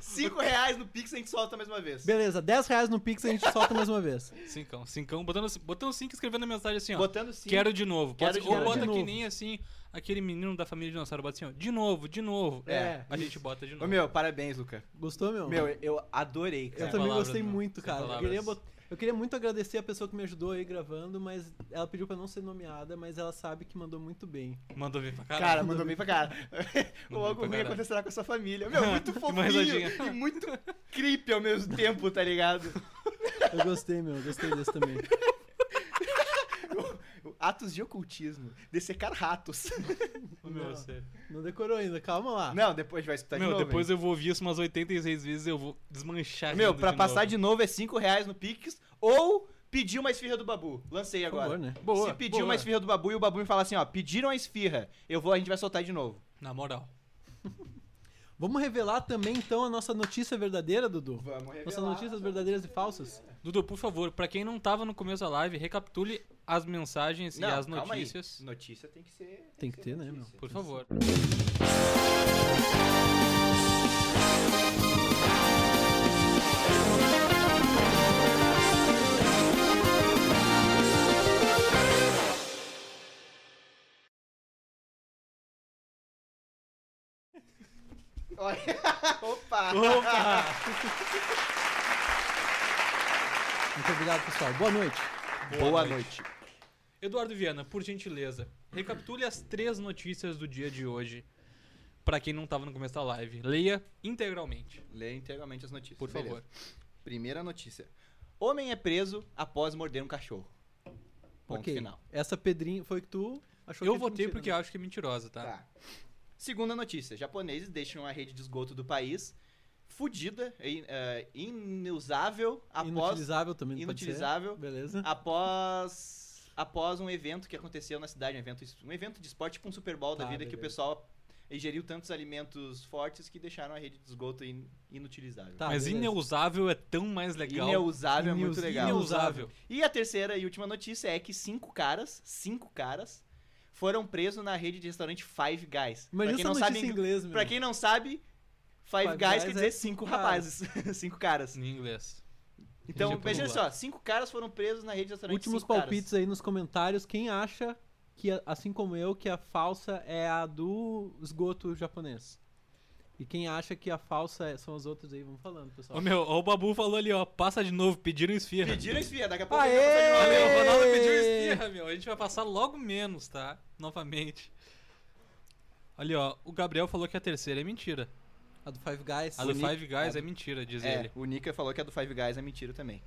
Cinco reais no Pix a gente solta mais uma vez. Beleza, 10 reais no Pix a gente solta mais uma vez. Cincão, cincão. Botando, botando cinco escrevendo mensagem assim, ó. Botando cinco. Quero de novo. Quero Pode- de Ou novo. bota De que novo. nem assim, aquele menino da família dinossauro bota assim, ó. De novo, de novo. É, A gente bota de novo. Ô, meu, parabéns, Luca. Gostou, meu? Meu, eu adorei, Eu cara. também palavras, gostei meu. muito, Sem cara. Eu palavras. queria, bot- eu queria muito agradecer a pessoa que me ajudou aí gravando, mas ela pediu pra não ser nomeada, mas ela sabe que mandou muito bem. Mandou vir pra né? caralho. Cara, mandou bem pra cara. Ou algo pra ruim caralho. acontecerá com a sua família. Meu, muito fofinho risadinha. e muito creepy ao mesmo tempo, tá ligado? Eu gostei, meu, eu gostei desse também. Atos de ocultismo. Dessecar ratos. Ô, meu, Não. sério. Não decorou ainda, calma lá. Não, depois a gente vai escutar meu, de novo. depois hein? eu vou ouvir isso umas 86 vezes eu vou desmanchar Meu, rindo pra passar novo. de novo é cinco reais no Pix ou pedir uma esfirra do Babu. Lancei Por agora. favor, né? Boa, Se pedir boa. uma esfirra do Babu e o Babu me falar assim, ó, pediram a esfirra, eu vou, a gente vai soltar de novo. Na moral. Vamos revelar também, então, a nossa notícia verdadeira, Dudu? Vamos revelar. Nossas notícias verdadeiras e falsas? Dudu, por favor, pra quem não tava no começo da live, recapitule as mensagens Não, e as calma aí. notícias. Notícia tem que ser. Tem que ter, né, notícia. Por favor. Olha. Opa! Muito obrigado, pessoal. Boa noite. Boa, noite. Eduardo Viana, por gentileza, recapitule as três notícias do dia de hoje. Pra quem não tava no começo da live, leia integralmente, Lê integralmente as notícias. por beleza. favor. Primeira notícia. Homem é preso após morder um cachorro. Ponto ok. final. Essa pedrinha foi que tu achou Eu que é de votei mentira, porque né? acho que é mentirosa, tá? Tá. Segunda notícia: japoneses deixam a rede de esgoto do país fudida, in- eh, inusável após Inutilizável também. não pode ser? inutilizável Ah, Beleza. após após um evento que aconteceu na cidade, um evento, um evento de esporte tipo um Super Bowl da Tá, vida que o beleza. pessoal ingeriu tantos alimentos fortes que deixaram a rede de esgoto in- inutilizável. Tá, Mas beleza. ineusável é tão mais legal. Ineusável é muito Ineus- legal. Ineusável. E a terceira e última notícia é que cinco caras, cinco caras, foram presos na rede de restaurante Five Guys. pra quem Imagina essa não sabe, notícia em ingl- inglês, meu. pra quem não sabe, Five, Five Guys Guys quer é dizer cinco Hum, cinco rapazes, cinco caras. Em inglês. Então, Deixa eu imagina pular. só, cinco caras foram presos na rede de restaurante Últimos cinco caras. palpites aí nos comentários. Quem acha que, a- assim como eu, que a falsa é a do esgoto japonês? E quem acha que a falsa é- são as outras aí, vamos falando, pessoal. Ô meu, ó, o Babu falou ali, ó. Passa de novo, pediram esfirra. Pediram esfirra, daqui a pouco Aê! eu vou Ó, passar de meu, novo. o Ronaldo pediu Ê! esfirra, meu. A gente vai passar logo menos, tá? Novamente. Ali, ó. O Gabriel falou que a terceira é mentira. A do Five Guys. A do Five Guys é mentira, diz É, ele. o Nika falou que a do Five Guys é mentira também.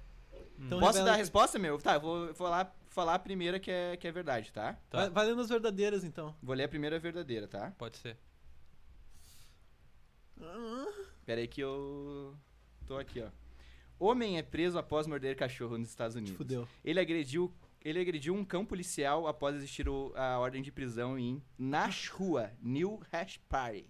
Então Posso revela- dar a resposta, meu? Tá, eu vou vou lá falar a primeira que é, que é verdade, tá? Tá, Vai, vai lendo as verdadeiras, então. Vou ler a primeira verdadeira, tá? pode ser. Pera aí que eu tô aqui, ó. Homem é preso após morder cachorro nos Estados Unidos. Fudeu. Ele agrediu, ele agrediu um cão policial após existir o- a ordem de prisão em Nashua, New Hampshire.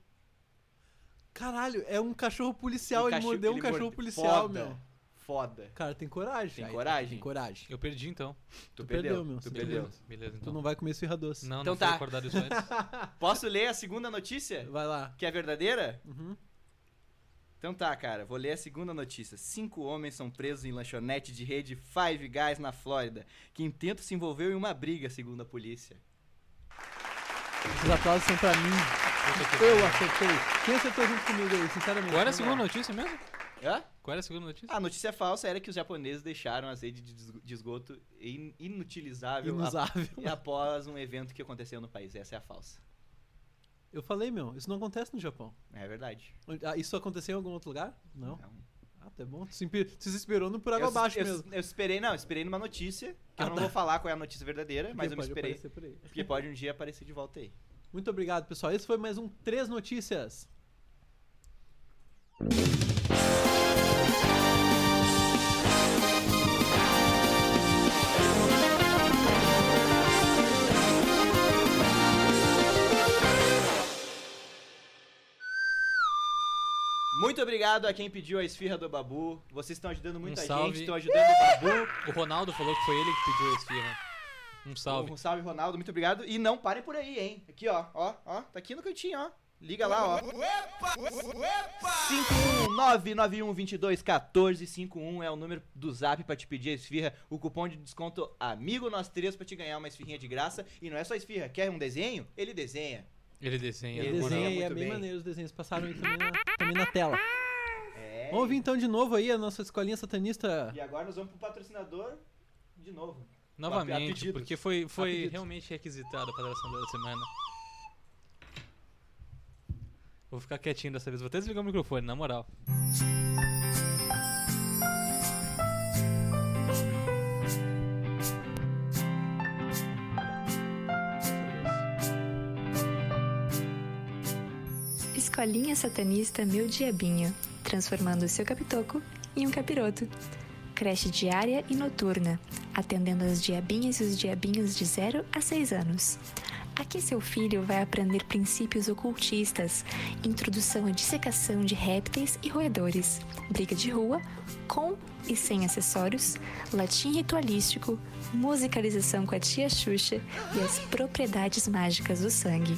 Caralho, é um cachorro policial. Um ele cacho- mordeu um ele cachorro morde- policial, Foda. meu. Foda. Cara, tem coragem. Tem Aí, coragem. Tem coragem. Eu perdi então. Tu, perdeu, meu, Tu você perdeu. Beleza, beleza Tu então. não vai comer esfirra doce. Não, Então não foi tá. acordado isso antes. Posso ler a segunda notícia? Vai lá. Que é verdadeira? Uhum. Então tá, cara. Vou ler a segunda notícia. Cinco homens são presos em lanchonete de rede Five Guys na Flórida. Quinteto se envolveu em uma briga, segundo a polícia. Esses aplausos são pra mim. Eu acertei. Quem acertou junto comigo aí, sinceramente? Qual era a na segunda moral? notícia mesmo? Hã? Qual era a segunda notícia? A notícia falsa era que os japoneses deixaram as redes de esgo- de esgoto in- inutilizável ap- Inusável. após um evento que aconteceu no país. Essa é a falsa. Eu falei, meu, isso não acontece no Japão. É verdade. Onde- ah, Isso aconteceu em algum outro lugar? Não. Não. Ah, tá bom. Tu se, impi- tu se esperou no por Eu, água abaixo eu- mesmo. Ah, tá. eu esperei, não, eu esperei numa notícia, que eu não vou falar qual é a notícia verdadeira, mas eu me Pode esperei. aparecer por aí. Porque pode um dia aparecer de volta aí. Muito obrigado, pessoal. Esse foi mais um Três Notícias. Muito obrigado a quem pediu a esfirra do Babu. Vocês estão ajudando muita Um gente, salve. estão ajudando o Babu. O Ronaldo falou que foi ele que pediu a esfirra. Um salve. Um salve, Ronaldo. Muito obrigado. E não parem por aí, hein? Aqui, ó. Ó, ó. Tá aqui no cantinho, ó. Liga lá, ó. 51991221451 é o número do zap pra te pedir a esfirra. O cupom de desconto Amigo Nós Três pra te ganhar uma esfirrinha de graça. E não é só esfirra. Quer um desenho? Ele desenha. Ele desenha. Ele na moral. Desenha desenha aí, é muito bem, bem. maneiro os desenhos. Passaram aí também na, também na tela. É. Vamos ouvir então de novo aí a nossa escolinha satanista. E agora nós vamos pro patrocinador de novo. A Novamente, pedidos. porque foi, A foi pedidos. realmente requisitado a padrão da semana. Vou ficar quietinho dessa vez, vou até desligar o microfone, na moral. Escolinha Satanista Meu Diabinho, transformando o seu capitoco em um capiroto. Creche diária e noturna, atendendo as diabinhas e os diabinhos de 0 a 6 anos. Aqui seu filho vai aprender princípios ocultistas, introdução à dissecação de répteis e roedores, briga de rua, com e sem acessórios, latim ritualístico, musicalização com a tia Xuxa e as propriedades mágicas do sangue.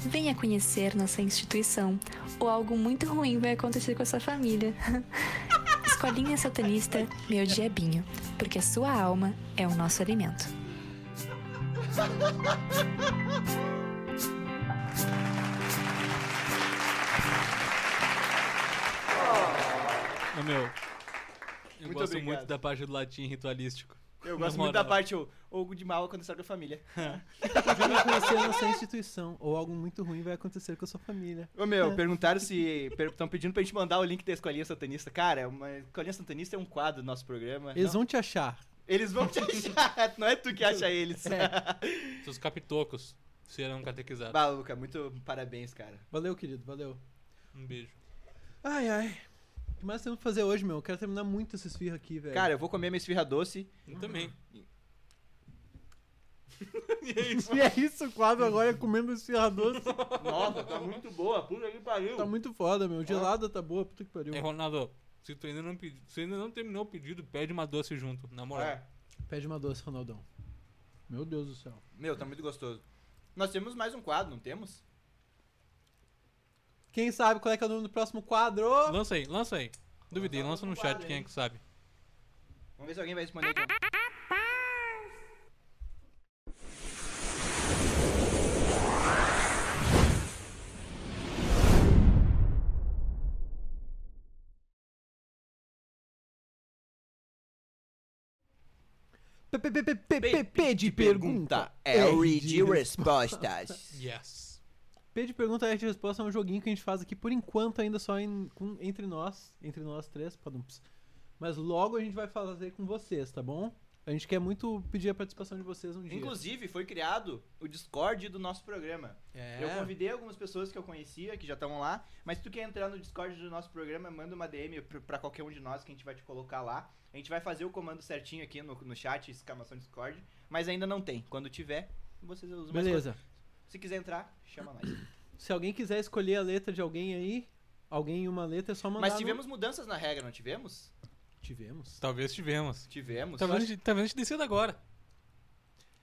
Venha conhecer nossa instituição, ou algo muito ruim vai acontecer com a sua família. Escolinha Satanista, meu diabinho, porque a sua alma é o nosso alimento. Ô, meu, eu Muito gosto obrigado. muito da parte do latim ritualístico. Eu Na gosto muito da moral. parte o, o de mal quando sai da família. Venha conhecer a nossa instituição. Ou algo muito ruim vai acontecer com a sua família. Ô meu, perguntaram se. Estão pedindo pra gente é mandar o link da Escolinha Satanista. Cara, uma Escolinha Satanista é um quadro do nosso programa. Eles vão te achar. Eles vão te achar, não é tu que acha eles. É. Seus capitocos serão catequizados. Bah, Luca, muito parabéns, cara. Valeu, querido, valeu. Um beijo. Ai, ai. O que mais temos que fazer hoje, meu? Eu quero terminar muito esse esfirra aqui, velho. Cara, eu vou comer minha esfirra doce. Eu também. e é isso, o quadro agora é comendo esfirra doce. Nova, tá muito boa, puta que pariu. Tá muito foda, meu. Gelada tá boa, puta que pariu. É, Ronaldo, se tu ainda não, pedi, se ainda não terminou o pedido, pede uma doce junto, na moral. É. Pede uma doce, Ronaldão. Meu Deus do céu. Meu, tá muito gostoso. Nós temos mais um quadro, não temos? Quem sabe qual é que é o nome do próximo quadro? Lança aí, lança aí. Duvidei, lança no chat quem é que sabe. Vamos ver se alguém vai responder então. PPP de pergunta. respostas. Yes. P de pergunta é de resposta é um joguinho que a gente faz aqui por enquanto ainda só em- com- entre nós, entre nós três, padumps. Mas logo a gente vai fazer com vocês, tá bom? A gente quer muito pedir a participação de vocês um dia. Inclusive, foi criado o Discord do nosso programa. é. Eu convidei algumas pessoas que eu conhecia, que já estavam lá, mas se tu quer entrar no Discord do nosso programa, manda uma DM pr- pra qualquer um de nós que a gente vai te colocar lá. A gente vai fazer o comando certinho aqui no, no chat, exclamação Discord, mas ainda não tem. Quando tiver, vocês usam mais Beleza. coisas. Se quiser entrar, chama nós. Se alguém quiser escolher a letra de alguém aí, alguém em uma letra, é só mandar. Mas no- tivemos mudanças na regra, não tivemos? Tivemos. Talvez tivemos. Tivemos. Talvez, a gente- talvez a gente decida agora.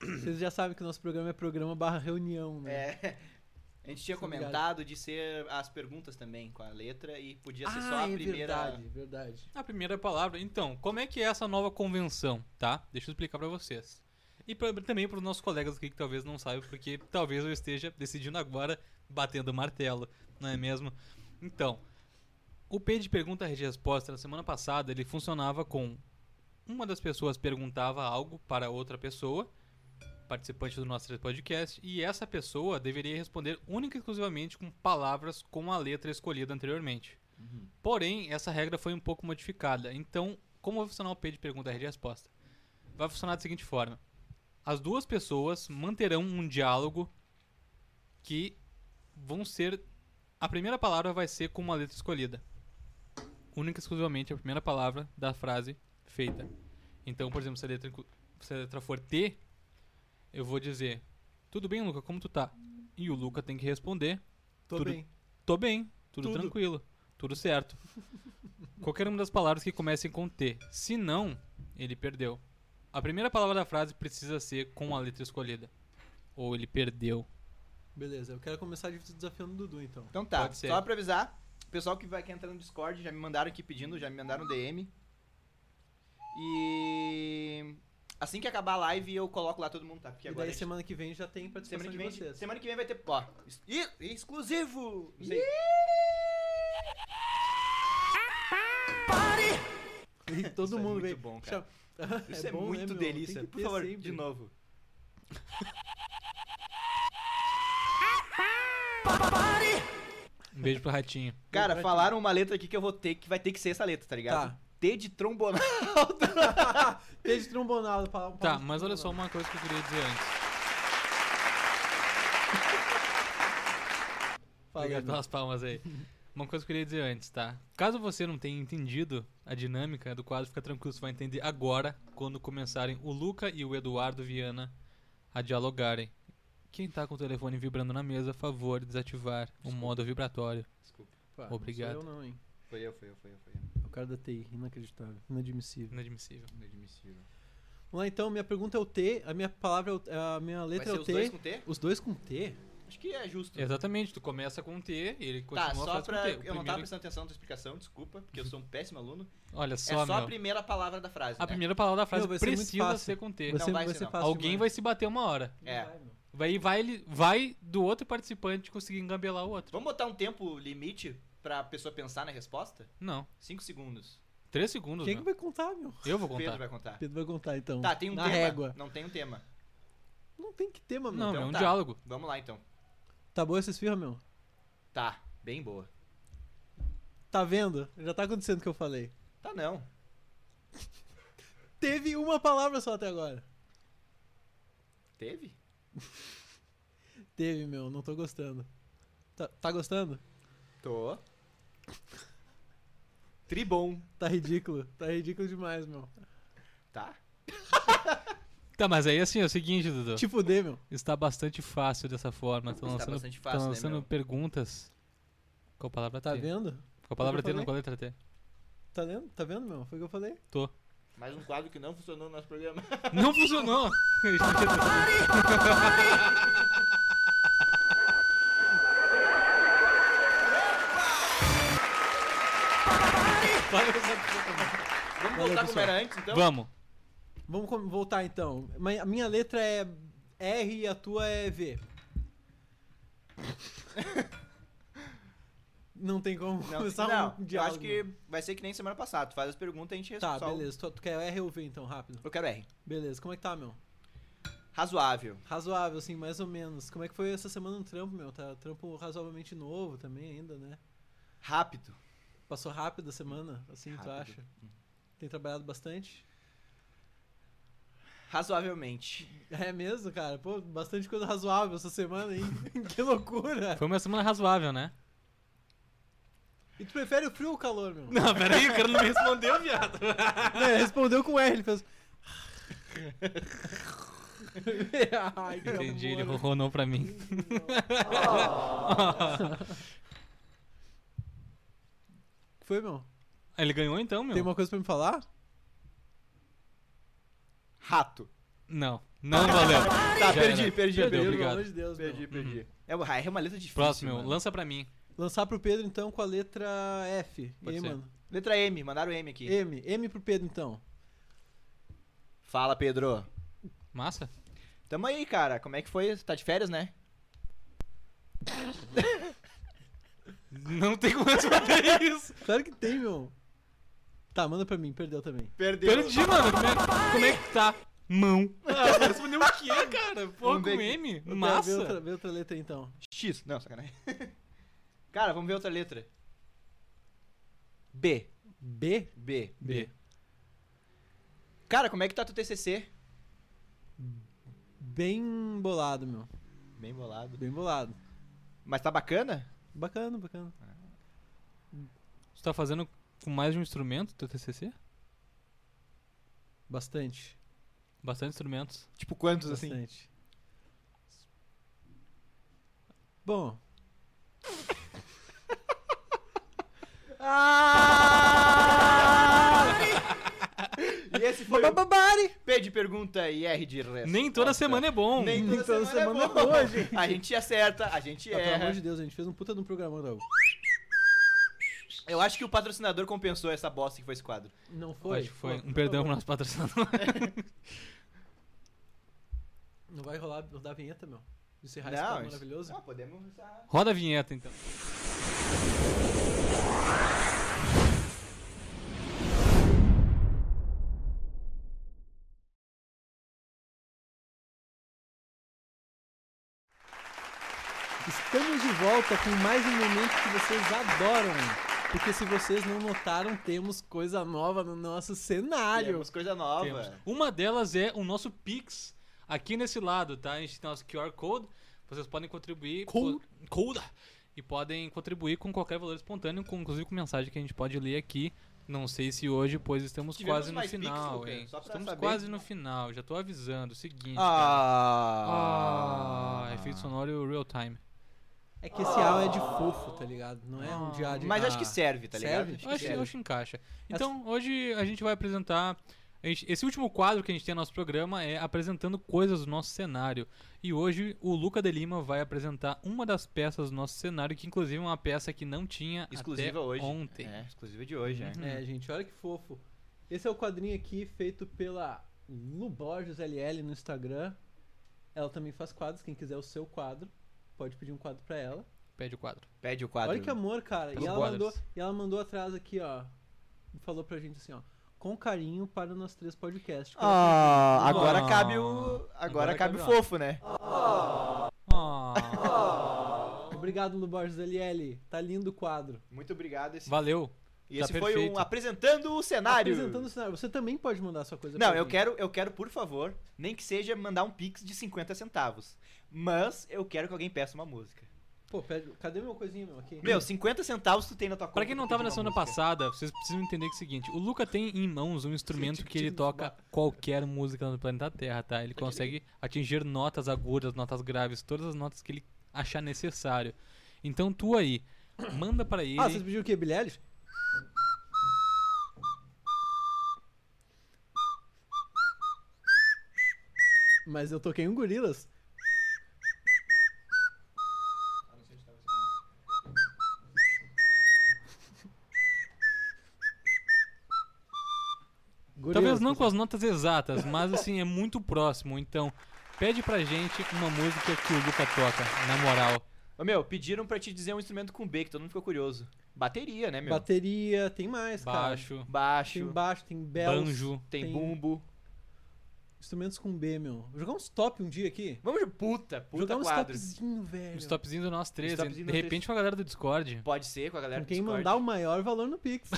Vocês já sabem que o nosso programa é programa barra reunião, né? É, a gente tinha Sim, obrigado. comentado de ser as perguntas também com a letra e podia ser ah, só a é primeira. verdade, verdade. A primeira palavra. Então, como é que é essa nova convenção, tá? Deixa eu explicar pra vocês. E pra, também pros nossos colegas aqui que talvez não saibam, porque talvez eu esteja decidindo agora, batendo o martelo, não é mesmo? Então, o P de pergunta e resposta na semana passada, ele funcionava com uma das pessoas perguntava algo para outra pessoa, participante do nosso podcast, e essa pessoa deveria responder única e exclusivamente com palavras com a letra escolhida anteriormente. Porém, essa regra foi um pouco modificada. Então, como vai funcionar o P de pergunta e resposta? Vai funcionar da seguinte forma: as duas pessoas manterão um diálogo que vão ser. A primeira palavra vai ser com uma letra escolhida. Única e exclusivamente a primeira palavra da frase feita. Então, por exemplo, se a letra, inclu- se a letra for T, eu vou dizer: Tudo bem, Luca, como tu tá? E o Luca tem que responder: Tô Tudo- bem. Tô bem, tudo, Tudo. tranquilo, tudo certo. Qualquer uma das palavras que comecem com T. Se não, ele perdeu. A primeira palavra da frase precisa ser com a letra escolhida. Ou ele perdeu. Beleza, eu quero começar de- desafiando o Dudu, então. Então tá, Pode ser. só pra avisar, o pessoal que vai que entrar no Discord já me mandaram aqui pedindo, já me mandaram DM. E assim que acabar a live eu coloco lá todo mundo, tá? Porque e agora daí a gente- semana que vem já tem participação semana que de vem, vocês. semana que vem vai ter, ó, ex- Ih, exclusivo. Não sei. E todo Isso é mundo muito veio. bom, cara. Chama- Isso é, bom, né, muito meu? Tem delícia. que Por ter favor, sempre. de novo. Um beijo pro ratinho. Cara, falaram uma letra aqui que eu vou ter que vai ter que ser essa letra, tá ligado? Tá. T de trombonal. T de trombonado. Pra, Tá, mas olha só uma coisa que eu queria dizer antes. né? Obrigado pelas palmas aí. Uma coisa que eu queria dizer antes, tá? Caso você não tenha entendido a dinâmica do quadro, fica tranquilo, você vai entender agora, quando começarem o Luca e o Eduardo Viana a dialogarem. Quem tá com o telefone vibrando na mesa, favor, desativar o modo vibratório. Desculpa. Obrigado. Não sou eu não, hein. Foi eu, foi eu, foi eu, foi O cara da TI, inacreditável, inadmissível. Inadmissível. eu. Inadmissível. Vamos lá então, minha pergunta é o T, a minha palavra é o, a minha Vai letra ser é o os dois T. com T? Os dois com T? Acho que é justo. Exatamente, tu começa com um T e ele continua Tá, a só frase pra. com T. O Eu não tava primeiro- prestando atenção na tua explicação, desculpa, porque eu sou um péssimo aluno. Olha é só, só a meu. primeira palavra da frase. A né? primeira palavra da frase Não, vai ser muito precisa fácil. ser com T. Não vai ser, não. fácil né? Alguém vai demais. se bater uma hora. É. Não vai, meu. Vai, vai, ele- vai do outro participante conseguir engambelar o outro. Vamos botar um tempo limite pra pessoa pensar na resposta? Não. 5 segundos. Três segundos, Quem é meu. que vai contar, meu? Eu vou Pedro contar. vai contar. Pedro vai contar então. Tá, tem um Na tema. régua. Não tem um tema. Não tem que tema, meu. Não, Então é um tá. diálogo. Vamos lá então. Tá boa essa esfirra, meu? Tá, bem boa. Tá vendo? Já tá acontecendo o que eu falei. Tá não. T teve uma palavra só até agora. Teve? Teve, meu, não tô gostando. Tá, tá gostando? Tô. Tribom. Tá ridículo. Tá ridículo demais, meu. Tá? Tá, mas aí assim, é o seguinte, Dudu. Te fuder, meu. Está bastante fácil dessa forma. Estão Está lançando, bastante fácil, tão né, lançando meu? perguntas. Qual palavra Tá T? vendo? Qual palavra Eu T? Não, falei. qual letra T? Tá vendo? Tá vendo, meu? Foi o que eu falei. Tô. Mais um quadro que não funcionou no nosso programa. Não funcionou! Vamos Valeu, voltar como pessoal. era antes, então? Vamos. Vamos com- voltar então. Mas A minha letra é R e a tua é V. Não tem como começar não, um eu diálogo. acho que é vai ser que nem semana passada. Tu faz as perguntas e a gente Tá, responde. só o- beleza. Tu, tu quer R ou V então, rápido? Eu quero R. Beleza, como é que tá, meu? Razoável. Razoável, assim, mais ou menos. Como é que foi essa semana no trampo, meu? Tá trampo razoavelmente novo também ainda, né? Rápido. Passou rápido a semana, assim, tu Rápido. acha? Tem trabalhado bastante? Razoavelmente. É mesmo, cara? Pô, bastante coisa razoável essa semana, hein? que loucura! Foi uma semana razoável, né? E tu prefere o frio ou o calor, meu? Não, peraí, o cara não me respondeu, viado. Não, ele É, respondeu com R, ele fez. Ai, que Entendi, ele amor. ronronou pra mim. Foi, meu? Ah, Ele ganhou então, meu? Tem uma coisa pra me falar? Rato. Não, não valeu. Tá, Já perdi, era. né? perdi, Perdeu, perdi. Pelo obrigado. Uhum. amor de Deus, meu. Perdi, perdi. É, uma- é uma letra difícil. Próximo, mano. lança pra mim. Lançar pro Pedro, então, com a letra F. Pode e aí, ser. mano? Letra M, mandaram M aqui. M. M pro Pedro, então. Fala, Pedro. Massa? Tamo aí, cara. Como é que foi? Tá de férias, né? Não tem como responder isso. Claro que tem, meu. Tá, manda pra mim, perdeu também. Perdeu. Perdi, mano. Como é, como é que tá? Mão. Ah, você respondeu o quê, cara? Um Porra, Vamos ver com aqui. M? Tá, Vê outra, Massa. vê outra letra, então. X. Não, sacanagem. cara, vamos ver outra letra. B. B? B. B. Cara, como é que tá teu TCC? Bem bolado, meu. Bem bolado. Bem bolado. Mas tá bacana? Bacana, bacana. Você tá fazendo com mais de um instrumento teu TCC? Bastante. Bastante instrumentos. Tipo, quantos assim? Bastante. Bom. Ah! E esse foi o P de pergunta e R de resposta. Nem toda semana é bom. Nem toda, toda semana, semana é é boa. boa, gente. A gente acerta, a gente Ah, pelo amor erra. de Deus, a gente fez um puta de um programa logo. Eu acho que o patrocinador compensou essa bosta que foi esse quadro. Não foi? Acho que foi. Pô, Um perdão pro nosso patrocinador. Não vai rolar, não dá vinheta, meu. Encerrar esse Não, programa isso- maravilhoso. Ah, podemos usar. Roda a vinheta, então. Estamos de volta com mais um momento que vocês adoram. Porque se vocês não notaram, temos coisa nova no nosso cenário. Temos coisa nova. Temos. Uma delas é o nosso Pix. Aqui nesse lado, tá? A gente tem nosso QR Code. Vocês podem contribuir. Code. po- Code. E podem contribuir com qualquer valor espontâneo, com, inclusive com mensagem que a gente pode ler aqui. Não sei se hoje, pois estamos Tivemos quase no mais Pix, final, Lucas? hein? Só pra Estamos saber. quase no final, já tô avisando. Seguinte. Ah. cara. Ah, efeito sonoro real time. É que esse A é de fofo, tá ligado? Não é um dia de Mas Ah. acho que serve, tá ligado? Serve? Acho Eu que acho, eu serve. acho que encaixa. Então, hoje a gente vai apresentar. a gente- esse último quadro que a gente tem no nosso programa é apresentando coisas do nosso cenário. E hoje o Luca de Lima vai apresentar uma das peças do nosso cenário, que inclusive é uma peça que não tinha Exclusiva até hoje. ontem. É, exclusiva de hoje, né? É, gente, olha que fofo. Esse é o quadrinho aqui feito pela Lu Borges LL no Instagram. Ela também faz quadros, quem quiser o seu quadro, pode pedir um quadro pra ela. Pede o quadro. Pede o quadro. Olha que amor, cara. E Lu ela, Borges. mandou, e ela mandou atrás aqui, ó. Falou pra gente assim, ó. Com carinho para nós três podcast. Ah, Ah. agora cabe o. Agora, Agora cabe, cabe o lá. fofo, né? Ah, Ah. Obrigado, Lu Borges LL. Tá lindo o quadro. Muito obrigado. Esse valeu. E Tá esse foi um perfeito. apresentando o cenário. Apresentando o cenário. Você também pode mandar sua coisa Não, pra eu gente. quero, eu quero, por favor, nem que seja mandar um pix de 50 centavos. Mas eu quero que alguém peça uma música. Pô, pede... cadê meu coisinho, meu? Aqui. Meu, 50 centavos tu tem na tua conta. Pra quem não tu tava na pede uma semana música. passada, vocês precisam entender que é o seguinte: o Luca tem em mãos um instrumento que ele toca qualquer música no planeta Terra, tá? Ele consegue atingir notas agudas, notas graves, todas as notas que ele achar necessário. Então tu aí, manda pra ele. Ah, vocês pediram o quê? Billie Eilish? Mas eu toquei um gorilas. Talvez né? não com as notas exatas, mas assim, é muito próximo. Então, pede pra gente uma música que o Luca toca, na moral. Ô, meu, pediram pra te dizer um instrumento com B, que todo mundo ficou curioso. Bateria, né, meu? Bateria, tem mais, cara. Baixo, Baixo, Tem um baixo, tem bells. Banjo, tem, tem- bumbo. Instrumentos com B, meu. Vou jogar um stop um dia aqui. Vamos, jo- puta, puta jogar um quadro. stopzinho, velho. um stopzinho do nosso 13. stopzinho De do repente com a galera do Discord. Pode ser com a galera Com do quem Discord. mandar um o maior valor no Pix.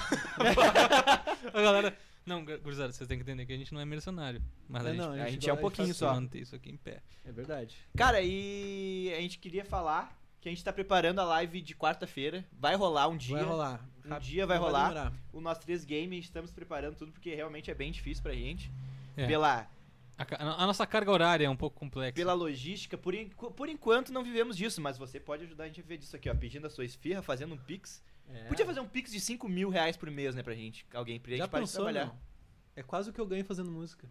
A galera. Não, gu- gurizada, vocês têm que entender que a gente não é mercenário. Mas a É, gente não, a gente gosta- é um pouquinho faz- só. manter isso aqui em pé. É verdade. Cara, e a gente queria falar que a gente tá preparando a live de quarta-feira. Vai rolar um dia. Vai rolar. Um Rápido, dia vai não rolar. demorar. O nosso 3 Game, estamos preparando tudo porque realmente é bem difícil pra gente. É. Pela, A, ca- a nossa carga horária é um pouco complexa. pela logística, por, en- por enquanto não vivemos disso, mas você pode ajudar a gente a viver disso aqui, ó. Pedindo a sua esfirra, fazendo um pix. É. Podia fazer um pix de 5 mil reais por mês, né, pra gente? Alguém, pra gente Já parar de pensou, trabalhar. meu? É quase o que eu ganho fazendo música.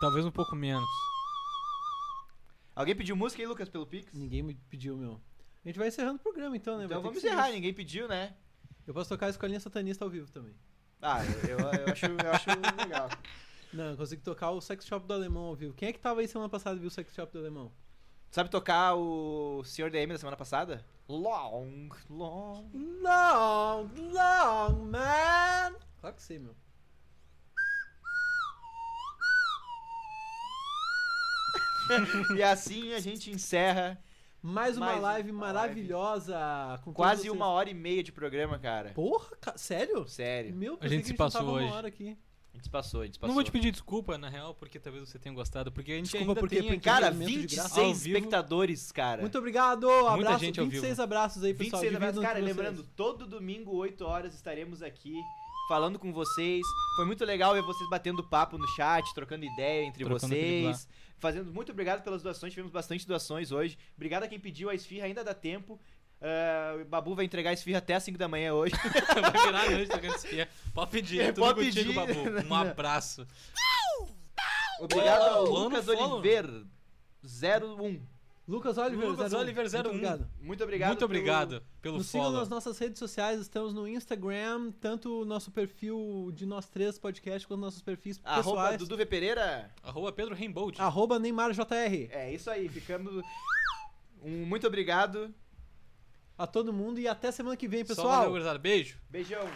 Talvez um pouco menos. Alguém pediu música aí, Lucas, pelo pix? Ninguém me pediu, meu. A gente vai encerrando o programa, então, né? Vai Então ter vamos que ser encerrar, isso. ninguém pediu, né? Eu posso tocar a Escolinha Satanista ao vivo também. Ah, eu, eu- eu acho, eu acho legal. Não, eu consigo tocar o Sex Shop do Alemão ao vivo. Quem é que tava aí semana passada e viu o Sex Shop do Alemão? Sabe tocar o Senhor DM da semana passada? Long, long. Long, long, man! Claro que sei, meu. E assim a gente encerra Mais uma Mais uma live maravilhosa. Com todos quase vocês. uma hora e meia de programa, cara. Porra, ca- sério? Sério. Meu, A gente se passou tava hoje. uma hora aqui. A gente passou, a gente passou. Não vou te pedir desculpa, na real, porque talvez você tenha gostado. Porque a gente Desculpa ainda por quê? tem Porque- aqui- Cara, Elemento de graça. 26 Ao vivo. espectadores, cara. Muito obrigado, Muita abraço, gente ao 26 vivo. abraços aí, pessoal. 26 abraços. dividam Cara, entre vocês. lembrando, todo domingo, 8 horas, estaremos aqui falando com vocês. Foi muito legal ver vocês batendo papo no chat, trocando ideia entre Trocando aquele blá. vocês. Fazendo muito obrigado pelas doações, tivemos bastante doações hoje. Obrigado a quem pediu a esfirra, ainda dá tempo. Ah, o Babu vai entregar a esfirra até as 5 da manhã hoje. Vai virar a noite tocando esse pé. Pode pedir, é, tudo Pode contigo, pedir. Babu. Um abraço. Obrigado ao Plano Lucas follow. Oliver 01. Lucas Oliver, Lucas 01. Oliver, Muito 01. obrigado. Muito obrigado. Muito obrigado pelo, Nos sigam follow. nas nossas redes sociais, estamos no Instagram, tanto o nosso perfil de nós três podcast, quanto nossos perfis Pelo... Arroba pessoais. Dudu V. Pereira. Arroba Pedro Rainbow. Ah, Arroba NeymarJR. É isso aí, ficamos. Um muito obrigado. A todo mundo e até semana que vem, Só valeu, pessoal. gurizada. Beijo. Beijão.